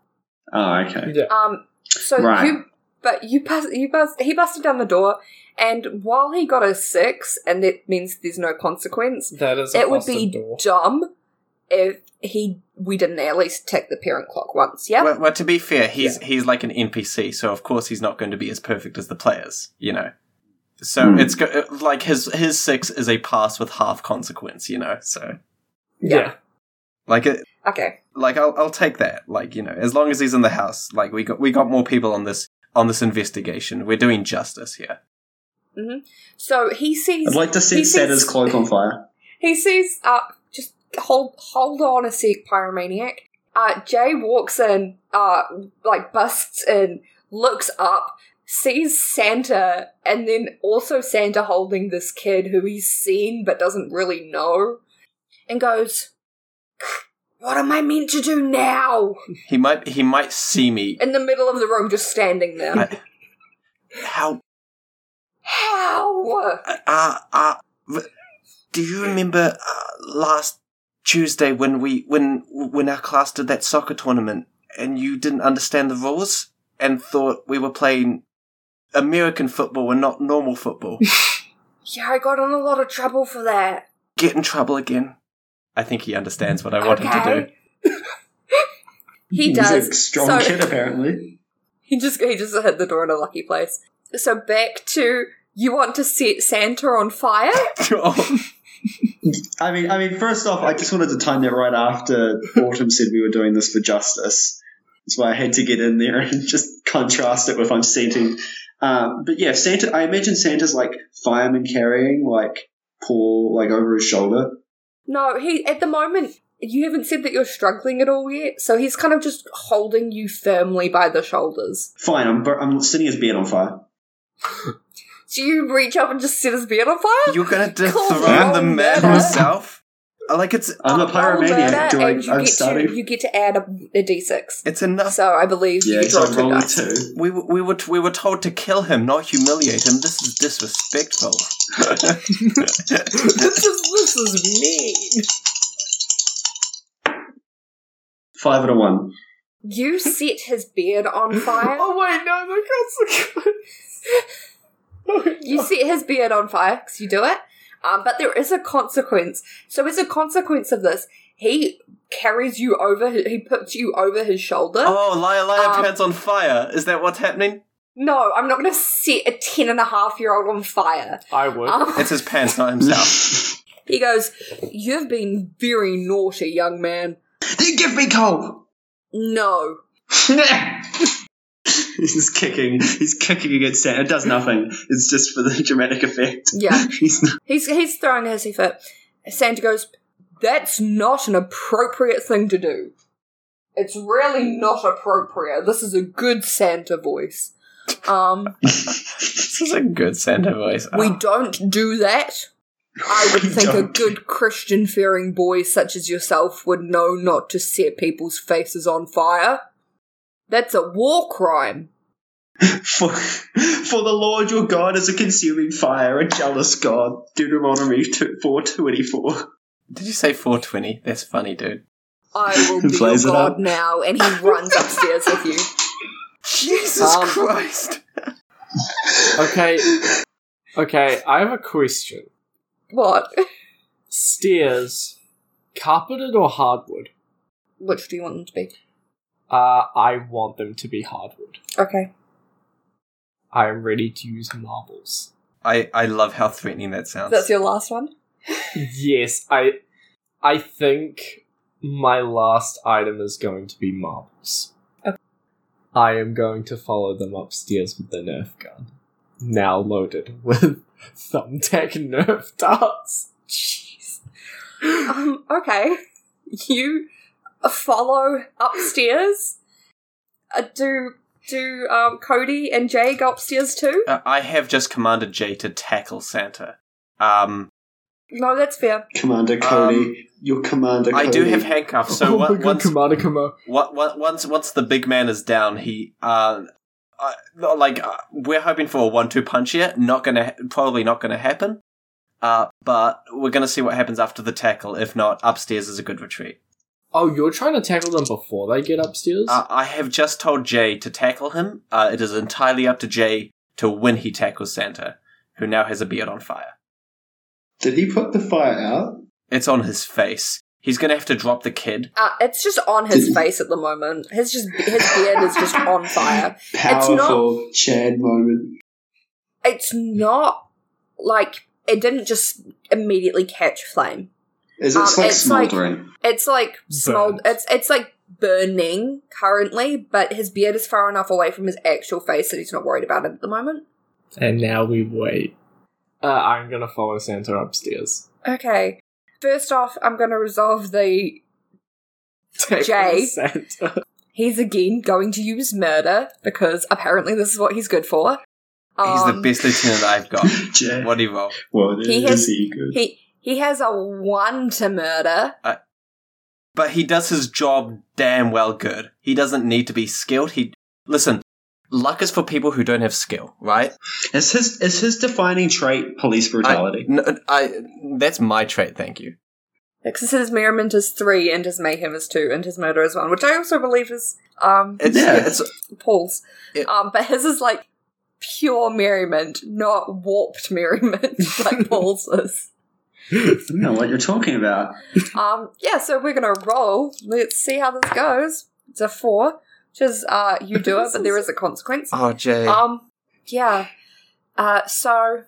[SPEAKER 3] Oh, okay.
[SPEAKER 4] Yeah.
[SPEAKER 5] Um. So
[SPEAKER 3] Right.
[SPEAKER 5] you, but you bust, you bust, he busted down the door, and while he got a six, and that means there's no consequence.
[SPEAKER 4] That is. A
[SPEAKER 5] it would
[SPEAKER 4] busted
[SPEAKER 5] be
[SPEAKER 4] door.
[SPEAKER 5] dumb if he we didn't at least tick the parent clock once. Yeah.
[SPEAKER 2] well, well, to be fair, he's he's like an NPC, so of course he's not going to be as perfect as the players, you know. So
[SPEAKER 3] Hmm.
[SPEAKER 2] it's go- uh, like his his six is a pass with half consequence, you know. So
[SPEAKER 4] Yeah.
[SPEAKER 5] Yeah.
[SPEAKER 2] like it,
[SPEAKER 5] okay.
[SPEAKER 2] like I'll I'll take that. Like you know, as long as he's in the house, like we got we got more people on this on this investigation. We're doing justice here.
[SPEAKER 5] So he sees.
[SPEAKER 3] I'd like to
[SPEAKER 5] he
[SPEAKER 3] set
[SPEAKER 5] sees-
[SPEAKER 3] Santa's cloak on fire.
[SPEAKER 5] He sees. Uh, just hold hold on a sec, pyromaniac. Uh, Jay walks in. Uh, like busts in, looks up, sees Santa, and then also Santa holding this kid who he's seen but doesn't really know, and goes, "What am I meant to do now?"
[SPEAKER 2] He might he might see me.
[SPEAKER 5] In the middle of the room, just standing there.
[SPEAKER 2] I- How
[SPEAKER 5] How?
[SPEAKER 2] uh, uh, r- do you remember uh, last Tuesday when we when when our class did that soccer tournament and you didn't understand the rules and thought we were playing American football and not normal
[SPEAKER 5] (laughs)
[SPEAKER 2] football?
[SPEAKER 5] Yeah, I got in a lot of trouble for that.
[SPEAKER 2] Get in trouble again. I think he understands what I want him to do. (laughs)
[SPEAKER 5] (laughs) he
[SPEAKER 3] He's
[SPEAKER 5] does.
[SPEAKER 3] a strong
[SPEAKER 5] so
[SPEAKER 3] kid, apparently.
[SPEAKER 5] he just he just hit the door in a lucky place. So back to you want to set Santa on fire?
[SPEAKER 2] Oh,
[SPEAKER 3] I mean, I mean, first off, I just wanted to time that right after Autumn said we were doing this for justice. That's why I had to get in there and just contrast it with I'm scenting. Uh, but yeah, Santa. I imagine Santa's like fireman carrying like Paul like over his shoulder.
[SPEAKER 5] No, he at the moment you haven't said that you're struggling at all yet. So he's kind of just holding you firmly by the shoulders.
[SPEAKER 3] Fine, I'm bur- I'm setting his beard on fire.
[SPEAKER 5] Do you reach up and just set his beard on
[SPEAKER 2] (laughs)
[SPEAKER 5] fire?
[SPEAKER 2] you're gonna dethrone
[SPEAKER 5] Cool.
[SPEAKER 2] the man
[SPEAKER 5] Yeah.
[SPEAKER 2] himself? Uh, Like it's
[SPEAKER 3] I'm a
[SPEAKER 5] Uh, roll murder,
[SPEAKER 3] pyromaniac. Do
[SPEAKER 5] and you
[SPEAKER 3] I, I'm
[SPEAKER 5] get
[SPEAKER 3] starting.
[SPEAKER 5] to you get to add a, a d6.
[SPEAKER 2] it's enough.
[SPEAKER 5] So I believe
[SPEAKER 3] yeah,
[SPEAKER 5] you
[SPEAKER 3] so
[SPEAKER 5] draw
[SPEAKER 3] I
[SPEAKER 5] two
[SPEAKER 3] rolled a
[SPEAKER 5] dice.
[SPEAKER 3] two.
[SPEAKER 2] We, w- we were t- we were told to kill him, not humiliate him. This is disrespectful.
[SPEAKER 5] (laughs) this is this is mean.
[SPEAKER 3] Five out of one.
[SPEAKER 5] You set his beard on fire.
[SPEAKER 4] (laughs) Oh wait, no, the
[SPEAKER 5] (laughs)
[SPEAKER 4] consequence.
[SPEAKER 5] You set his beard on fire because you do it. Um, but there is a consequence. So as a consequence of this, he carries you over. hi- He puts you over his shoulder.
[SPEAKER 2] Oh, Liar Liar
[SPEAKER 5] Um,
[SPEAKER 2] Pants on fire. Is that what's happening?
[SPEAKER 5] No, I'm not going to set a ten and a half year old on fire.
[SPEAKER 4] I would.
[SPEAKER 5] Um,
[SPEAKER 2] It's his pants, not himself. (laughs)
[SPEAKER 5] he goes, "You've been very naughty, young man."
[SPEAKER 3] you give me coal.
[SPEAKER 5] No,
[SPEAKER 3] (laughs) he's kicking. He's kicking against Santa. It does nothing. It's just for the (laughs) dramatic effect.
[SPEAKER 4] (laughs)
[SPEAKER 5] yeah,
[SPEAKER 3] He's not-
[SPEAKER 5] he's he's throwing his effort. Santa goes, "That's not an appropriate thing to do. It's really not appropriate. This is a good Santa voice. Um,
[SPEAKER 3] (laughs)
[SPEAKER 2] this is a good Santa voice.
[SPEAKER 5] we don't do that. I would
[SPEAKER 3] We
[SPEAKER 5] think a
[SPEAKER 3] don't.
[SPEAKER 5] good Christian fearing boy such as yourself would know not to set people's faces on fire. That's a war crime.
[SPEAKER 3] For, for the Lord your God is a consuming fire, a jealous God. Deuteronomy 2, 424.
[SPEAKER 2] Did you say 420? That's funny, dude.
[SPEAKER 3] (laughs)
[SPEAKER 5] I will be your
[SPEAKER 3] Plays it
[SPEAKER 5] God
[SPEAKER 3] up.
[SPEAKER 5] now, and he runs upstairs with
[SPEAKER 3] (laughs)
[SPEAKER 5] you.
[SPEAKER 2] Jesus
[SPEAKER 4] Um,
[SPEAKER 2] Christ!
[SPEAKER 5] (laughs)
[SPEAKER 4] Okay. Okay, I have a question.
[SPEAKER 5] What? (laughs)
[SPEAKER 4] Stairs, carpeted or hardwood?
[SPEAKER 5] Which do you want them to be?
[SPEAKER 4] Uh, I want them to be hardwood.
[SPEAKER 5] Okay.
[SPEAKER 4] I am ready to use marbles.
[SPEAKER 2] I, I love how threatening that sounds.
[SPEAKER 5] That's your last one?
[SPEAKER 4] Yes, I I think my last item is going to be marbles.
[SPEAKER 5] Okay.
[SPEAKER 4] I am going to follow them upstairs with the Nerf gun. Now loaded (laughs) with thumbtack Nerf darts. Jeez.
[SPEAKER 5] Um, okay. You follow upstairs? Uh, do do um, Cody and Jay go upstairs too?
[SPEAKER 2] Uh, I have just commanded Jay to tackle Santa. Um,
[SPEAKER 5] No, that's fair.
[SPEAKER 3] Commander
[SPEAKER 2] Um,
[SPEAKER 3] Cody, your Commander Cody.
[SPEAKER 2] I do have handcuffs, so
[SPEAKER 4] oh
[SPEAKER 2] what,
[SPEAKER 4] my god,
[SPEAKER 2] once,
[SPEAKER 4] Kamada Kamo.
[SPEAKER 2] what, what, once once the big man is down, he uh, uh like uh, we're hoping for a one-two punch here. Not gonna, ha- probably not gonna happen. Uh, but we're gonna see what happens after the tackle. If not, upstairs is a good retreat.
[SPEAKER 4] Oh, you're trying to tackle them before they get upstairs?
[SPEAKER 2] Uh, I have just told Jay to tackle him. Uh, it is entirely up to Jay to when he tackles Santa, who now has a beard on fire.
[SPEAKER 3] Did he put the fire out?
[SPEAKER 2] It's on his face. He's gonna have to drop the kid.
[SPEAKER 5] Uh, it's just on his face at the moment. His just his beard is (laughs) just on fire.
[SPEAKER 3] Powerful Chad moment.
[SPEAKER 5] It's not like it didn't just immediately catch flame.
[SPEAKER 3] Is
[SPEAKER 5] Um,
[SPEAKER 3] it's like
[SPEAKER 5] it's like-
[SPEAKER 3] smoldering?
[SPEAKER 5] (laughs) It's like small.
[SPEAKER 4] Burnt.
[SPEAKER 5] It's it's like burning currently, but his beard is far enough away from his actual face that he's not worried about it at the moment.
[SPEAKER 4] and now we wait. Uh, I'm gonna follow Santa upstairs. (laughs)
[SPEAKER 5] Okay. First off, I'm going to resolve the
[SPEAKER 4] Tackle
[SPEAKER 5] Jay.
[SPEAKER 4] Santa.
[SPEAKER 5] he's again going to use murder because apparently this is what he's good for.
[SPEAKER 2] He's the
[SPEAKER 5] Um,
[SPEAKER 2] best lieutenant I've got.
[SPEAKER 3] (laughs) Chad,
[SPEAKER 2] What do you roll?
[SPEAKER 3] what is
[SPEAKER 5] He
[SPEAKER 3] he,
[SPEAKER 5] has-
[SPEAKER 3] good?
[SPEAKER 5] He he has a one to murder.
[SPEAKER 2] But he does his job damn well good. He doesn't need to be skilled. He listen, luck is for people who don't have skill, right?
[SPEAKER 3] Is his is his defining trait police brutality?
[SPEAKER 2] N- I that's my trait, thank you.
[SPEAKER 5] Because his merriment is three, and his mayhem is two, and his murder is one, which I also believe is um
[SPEAKER 2] It's
[SPEAKER 3] Yeah.
[SPEAKER 2] it's
[SPEAKER 5] Paul's.
[SPEAKER 2] It-
[SPEAKER 5] um, but his is like pure merriment, not warped merriment (laughs)
[SPEAKER 2] (laughs)
[SPEAKER 5] like Paul's is.
[SPEAKER 3] I don't know what you're talking about.
[SPEAKER 5] Um, yeah, so we're gonna roll. Let's see how this goes. It's a four, which is uh, you do it, but there is a consequence.
[SPEAKER 2] Oh Jay.
[SPEAKER 5] Um, yeah. Uh, so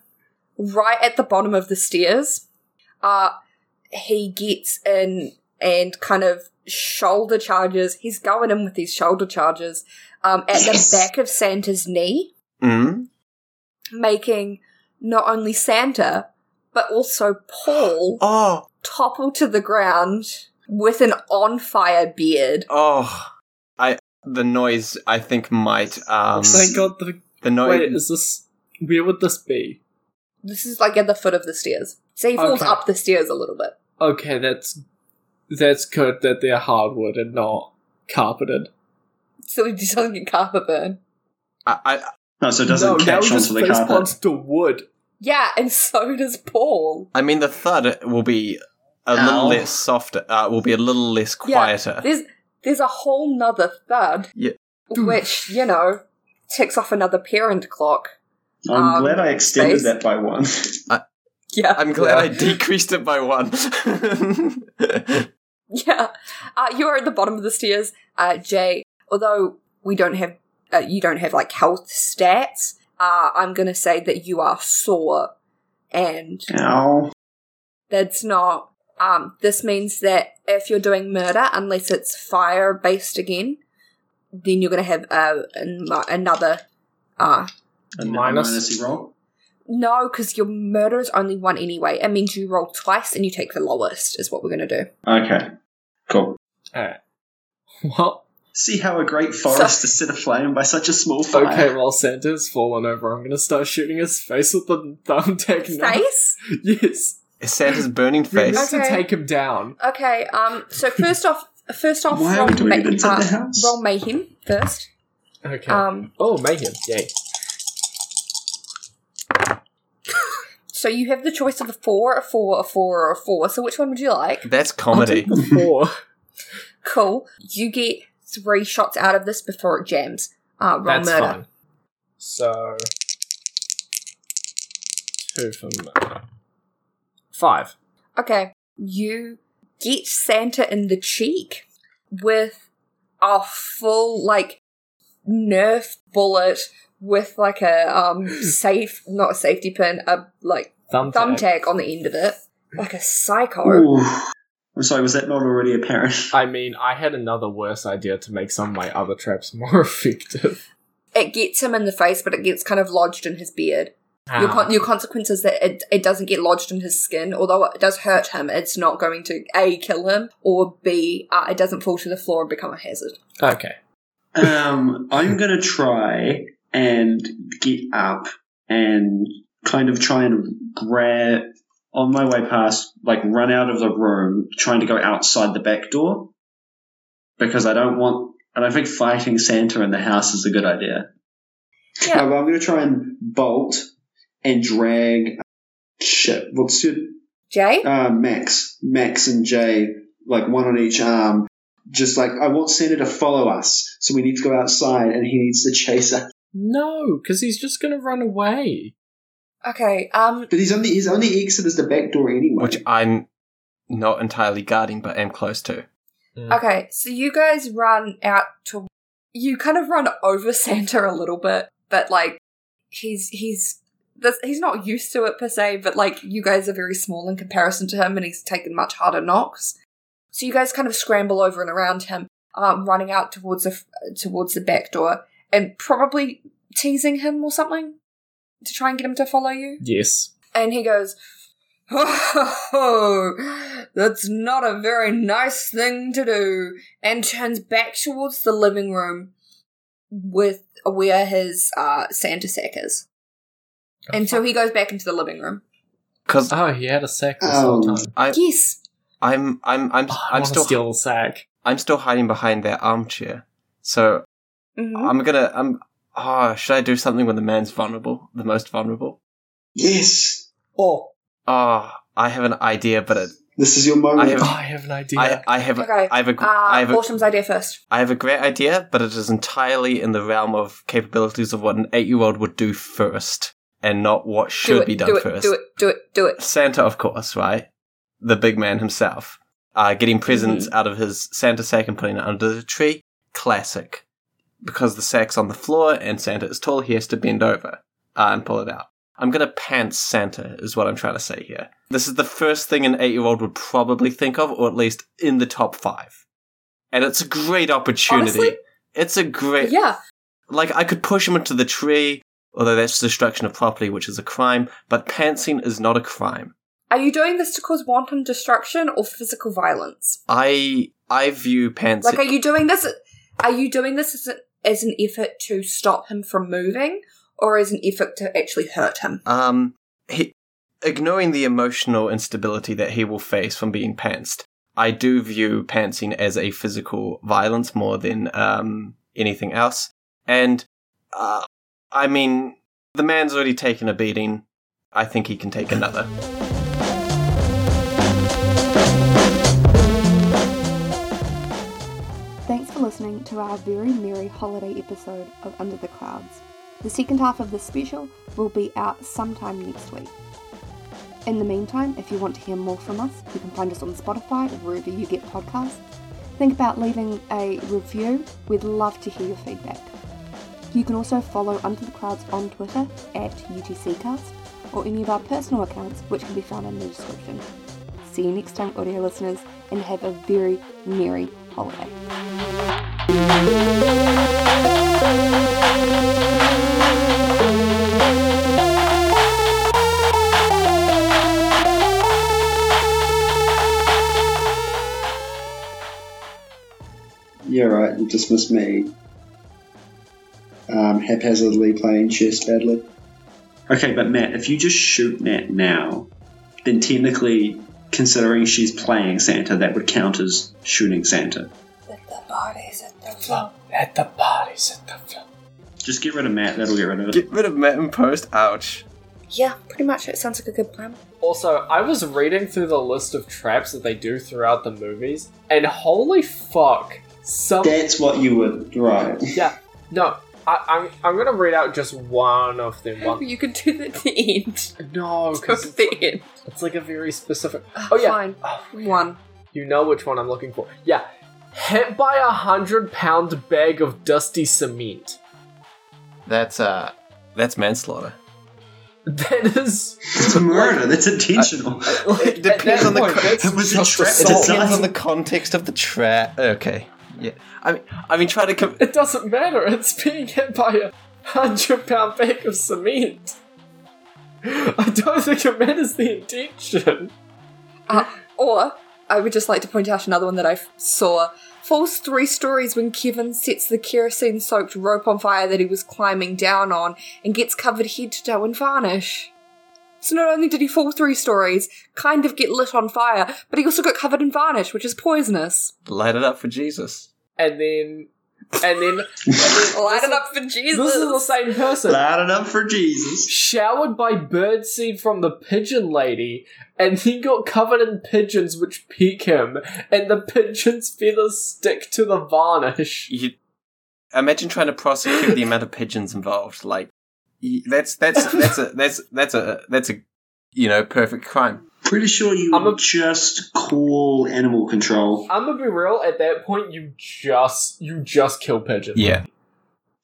[SPEAKER 5] right at the bottom of the stairs, uh, he gets in and kind of shoulder charges. He's going in with these shoulder charges um, at
[SPEAKER 3] Yes.
[SPEAKER 5] the back of Santa's knee,
[SPEAKER 2] Mm?
[SPEAKER 5] making not only Santa but also Paul
[SPEAKER 2] Oh,
[SPEAKER 5] topple to the ground with an on fire beard.
[SPEAKER 2] oh. I the noise I think might um
[SPEAKER 4] Thank god the
[SPEAKER 2] the noise
[SPEAKER 4] Wait, is this where would this be?
[SPEAKER 5] This is like at the foot of the stairs, so he falls
[SPEAKER 4] Okay.
[SPEAKER 5] up the stairs a little bit.
[SPEAKER 4] Okay, that's that's good that they're hardwood and not carpeted.
[SPEAKER 5] So he just doesn't get carpet burn.
[SPEAKER 2] I, I
[SPEAKER 3] No, so it doesn't catch onto the carpet.
[SPEAKER 4] plants to wood.
[SPEAKER 5] Yeah, and (laughs) so does Paul.
[SPEAKER 2] I mean the thud will be a little
[SPEAKER 3] Ow.
[SPEAKER 2] less softer uh will be a little less
[SPEAKER 5] Yeah,
[SPEAKER 2] quieter.
[SPEAKER 5] There's there's a whole nother thud.
[SPEAKER 2] Uh. Yeah.
[SPEAKER 5] (laughs) Which, you know, ticks off another parent clock.
[SPEAKER 3] I'm
[SPEAKER 5] um,
[SPEAKER 3] glad I extended
[SPEAKER 5] space.
[SPEAKER 3] that by one. (laughs)
[SPEAKER 5] Yeah.
[SPEAKER 2] I'm glad
[SPEAKER 4] Yeah.
[SPEAKER 2] I decreased it by one.
[SPEAKER 5] (laughs)
[SPEAKER 2] (laughs)
[SPEAKER 5] yeah. Uh, you're at the bottom of the stairs, uh, Jay. Although we don't have, uh, you don't have like health stats, uh, I'm going to say that you are sore. And
[SPEAKER 3] Ow.
[SPEAKER 5] that's not, um, this means that if you're doing murder, unless it's fire based again, then you're going to have uh, an- another uh,
[SPEAKER 3] And
[SPEAKER 4] Minus.
[SPEAKER 3] minus you roll.
[SPEAKER 5] No, because your murder is only one anyway. It means you roll twice and you take the lowest, is what we're going to do.
[SPEAKER 3] Okay. Cool.
[SPEAKER 4] Alright. Well
[SPEAKER 3] See how a great forest is set aflame by such a small fire.
[SPEAKER 4] okay, while (laughs) Santa's fallen over, I'm gonna start shooting his face with the thumbtack now.
[SPEAKER 5] Face?
[SPEAKER 4] Yes.
[SPEAKER 2] Santa's burning
[SPEAKER 4] You
[SPEAKER 2] face.
[SPEAKER 4] need to
[SPEAKER 5] Okay.
[SPEAKER 4] take him down.
[SPEAKER 5] Okay, um,
[SPEAKER 3] (laughs)
[SPEAKER 5] so first off, first off,
[SPEAKER 3] Why
[SPEAKER 5] roll,
[SPEAKER 3] are we doing it inside
[SPEAKER 5] uh,
[SPEAKER 3] the house?
[SPEAKER 5] roll mayhem first.
[SPEAKER 4] Okay.
[SPEAKER 5] Um,
[SPEAKER 4] oh, mayhem! Yay.
[SPEAKER 5] so you have the choice of a four, a four, a four, or a four. So which one would you like?
[SPEAKER 2] That's comedy.
[SPEAKER 4] (laughs) Four.
[SPEAKER 5] Cool. You get three shots out of this before it jams. Uh, roll
[SPEAKER 4] That's
[SPEAKER 5] murder.
[SPEAKER 4] fine. So two for murder. Five.
[SPEAKER 5] Okay. You get Santa in the cheek with a full, like, Nerf bullet with, like, a,
[SPEAKER 4] (laughs)
[SPEAKER 5] um, safe, not a safety pin, a, like,
[SPEAKER 4] Thumbtack.
[SPEAKER 5] thumbtack on the end of it. Like a psycho.
[SPEAKER 3] Ooh. I'm sorry, was that not already apparent?
[SPEAKER 4] I mean, I had another worse idea to make some of my other traps (laughs) more effective.
[SPEAKER 5] It gets him in the face, but it gets kind of lodged in his beard. Your,
[SPEAKER 4] Ah.
[SPEAKER 5] con- your consequence is that it, it doesn't get lodged in his skin, although it does hurt him. It's not going to, A, kill him, or B, uh, it doesn't fall to the floor and become a hazard.
[SPEAKER 4] okay.
[SPEAKER 3] Um, I'm gonna try and get up and kind of try and grab on my way past, like run out of the room, trying to go outside the back door because I don't want. I don't think fighting Santa in the house is a good idea.
[SPEAKER 5] Yeah.
[SPEAKER 3] Um, I'm gonna try and bolt and drag. Shit, what's your
[SPEAKER 5] Jay?
[SPEAKER 3] uh, Max, Max and Jay, like one on each arm. Just like I want Santa to follow us, so we need to go outside, and he needs to chase us.
[SPEAKER 4] No, because he's just gonna run away.
[SPEAKER 5] Okay, um,
[SPEAKER 3] But he's only his only exit is the back door anyway.
[SPEAKER 2] Which I'm not entirely guarding, but am close to.
[SPEAKER 4] Hmm. Mm.
[SPEAKER 5] Okay, so you guys run out to you kind of run over (laughs) Santa a little bit, but like he's he's this, he's not used to it per se, but like you guys are very small in comparison to him, and he's taken much harder knocks. So you guys kind of scramble over and around him, um, running out towards the f- towards the back door, and probably teasing him or something to try and get him to follow you.
[SPEAKER 4] Yes.
[SPEAKER 5] And he goes, Oh, that's not a very nice thing to do. And turns back towards the living room with where his uh, Santa sack is.
[SPEAKER 2] Oh,
[SPEAKER 5] and so he goes back into the living room.
[SPEAKER 2] Because
[SPEAKER 4] Oh, he had a sack this whole
[SPEAKER 3] Um,
[SPEAKER 4] time.
[SPEAKER 2] I,
[SPEAKER 5] Yes.
[SPEAKER 2] I'm, I'm, I'm,
[SPEAKER 4] Oh, I
[SPEAKER 2] I'm
[SPEAKER 4] want to
[SPEAKER 2] still,
[SPEAKER 4] steal the sack.
[SPEAKER 2] I'm still hiding behind that armchair. So
[SPEAKER 5] Mhm.
[SPEAKER 2] I'm gonna, I'm. Oh, should I do something when the man's vulnerable, the most vulnerable?
[SPEAKER 3] yes,
[SPEAKER 4] Oh,
[SPEAKER 2] Oh, I have an idea, but it,
[SPEAKER 3] this is your moment.
[SPEAKER 2] I have-
[SPEAKER 4] Oh, I have an idea.
[SPEAKER 2] I, I have,
[SPEAKER 5] Okay.
[SPEAKER 2] I have a,
[SPEAKER 5] Uh,
[SPEAKER 2] gr- I have a,
[SPEAKER 5] Autumn's idea first.
[SPEAKER 2] I have a great idea, but it is entirely in the realm of capabilities of what an eight-year-old would do first, and not what should
[SPEAKER 5] do it,
[SPEAKER 2] be done
[SPEAKER 5] do it,
[SPEAKER 2] first.
[SPEAKER 5] Do it, do it, do it.
[SPEAKER 2] Santa, of course, right? The big man himself, uh, getting presents
[SPEAKER 5] Mm-hmm.
[SPEAKER 2] out of his Santa sack and putting it under the tree. Classic, because the sack's on the floor and Santa is tall, he has to bend over uh, and pull it out. I'm gonna pants Santa, is what I'm trying to say here. This is the first thing an eight-year-old would probably think of, or at least in the top five. And it's a great opportunity.
[SPEAKER 5] Honestly?
[SPEAKER 2] it's a great
[SPEAKER 5] Yeah.
[SPEAKER 2] like I could push him into the tree, although that's destruction of property, which is a crime. But pantsing is not a crime.
[SPEAKER 5] Are you doing this to cause wanton destruction or physical violence?
[SPEAKER 2] I I view pantsing.
[SPEAKER 5] Like, are you doing this? Are you doing this as, a, as an effort to stop him from moving, or as an effort to actually hurt him?
[SPEAKER 2] um, he, ignoring the emotional instability that he will face from being pantsed, I do view pantsing as a physical violence more than um, anything else. And uh, I mean, the man's already taken a beating. I think he can take another.
[SPEAKER 1] Thanks for listening to our very merry holiday episode of Under the Clouds. The second half of this special will be out sometime next week. In the meantime, if you want to hear more from us, you can find us on Spotify or wherever you get podcasts. Think about leaving a review. We'd love to hear your feedback. You can also follow Under the Clouds on Twitter at UTCcast or any of our personal accounts, which can be found in the description. See you next time, audio listeners, and have a very merry holiday.
[SPEAKER 3] You're right. You dismiss me. Um, haphazardly playing chess badly. Okay, but Matt, if you just shoot Matt now, then technically, considering she's playing Santa, that would count as shooting Santa.
[SPEAKER 5] Let the bodies at the floor.
[SPEAKER 4] At the bodies, at the floor.
[SPEAKER 3] Just get rid of Matt, that'll get rid of it.
[SPEAKER 2] Get rid of Matt and Post. Ouch.
[SPEAKER 5] Yeah, pretty much. It sounds like a good plan.
[SPEAKER 4] Also, I was reading through the list of traps that they do throughout the movies, and holy fuck, some
[SPEAKER 3] That's what you would, right.
[SPEAKER 4] yeah, no, I, I'm I'm gonna read out just one of them. One,
[SPEAKER 5] You can do that at the end.
[SPEAKER 4] no,
[SPEAKER 5] Go
[SPEAKER 4] 'cause
[SPEAKER 5] to the end.
[SPEAKER 4] it's like a very specific. Oh yeah,
[SPEAKER 5] Fine.
[SPEAKER 4] Oh,
[SPEAKER 5] One.
[SPEAKER 4] you know which one I'm looking for. Yeah, hit by a hundred pound bag of dusty cement. (laughs)
[SPEAKER 2] That's uh, that's manslaughter.
[SPEAKER 4] That is.
[SPEAKER 3] (laughs) It's a murder, that's intentional.
[SPEAKER 4] Like,
[SPEAKER 2] It depends on the
[SPEAKER 4] point,
[SPEAKER 2] co-
[SPEAKER 4] that's
[SPEAKER 3] It was a
[SPEAKER 4] just
[SPEAKER 2] (laughs)
[SPEAKER 3] trap.
[SPEAKER 2] It
[SPEAKER 3] Assault.
[SPEAKER 4] assault.
[SPEAKER 2] depends on the context of the trap. Okay. Yeah. I mean, I mean, try to. Com-
[SPEAKER 4] It doesn't matter. It's being hit by a hundred pound bag of cement. I don't think it matters the intention.
[SPEAKER 5] Uh, or I would just like to point out another one that I f- saw. Falls three stories when Kevin sets the kerosene soaked rope on fire that he was climbing down on and gets covered head to toe in varnish. So not only did he fall three stories, kind of get lit on fire, but he also got covered in varnish, which is poisonous.
[SPEAKER 2] Light it up for Jesus.
[SPEAKER 4] And then,
[SPEAKER 2] (laughs)
[SPEAKER 4] and then, oh,
[SPEAKER 5] Light it up for Jesus.
[SPEAKER 4] this is the same person.
[SPEAKER 3] Loud enough for Jesus.
[SPEAKER 4] Showered by birdseed from the pigeon lady, and he got covered in pigeons which peck him, and the pigeon's feathers stick to the varnish.
[SPEAKER 2] You imagine trying to prosecute the amount of pigeons involved. Like y- that's that's that's a that's that's a that's a you know perfect crime.
[SPEAKER 3] Pretty sure you
[SPEAKER 4] I'm a-
[SPEAKER 3] would just call animal control.
[SPEAKER 4] I'm gonna be real. At that point, you just you just kill pigeons.
[SPEAKER 2] Yeah.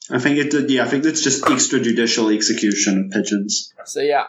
[SPEAKER 3] I think it did, yeah, I think that's just extrajudicial execution of pigeons.
[SPEAKER 4] So yeah,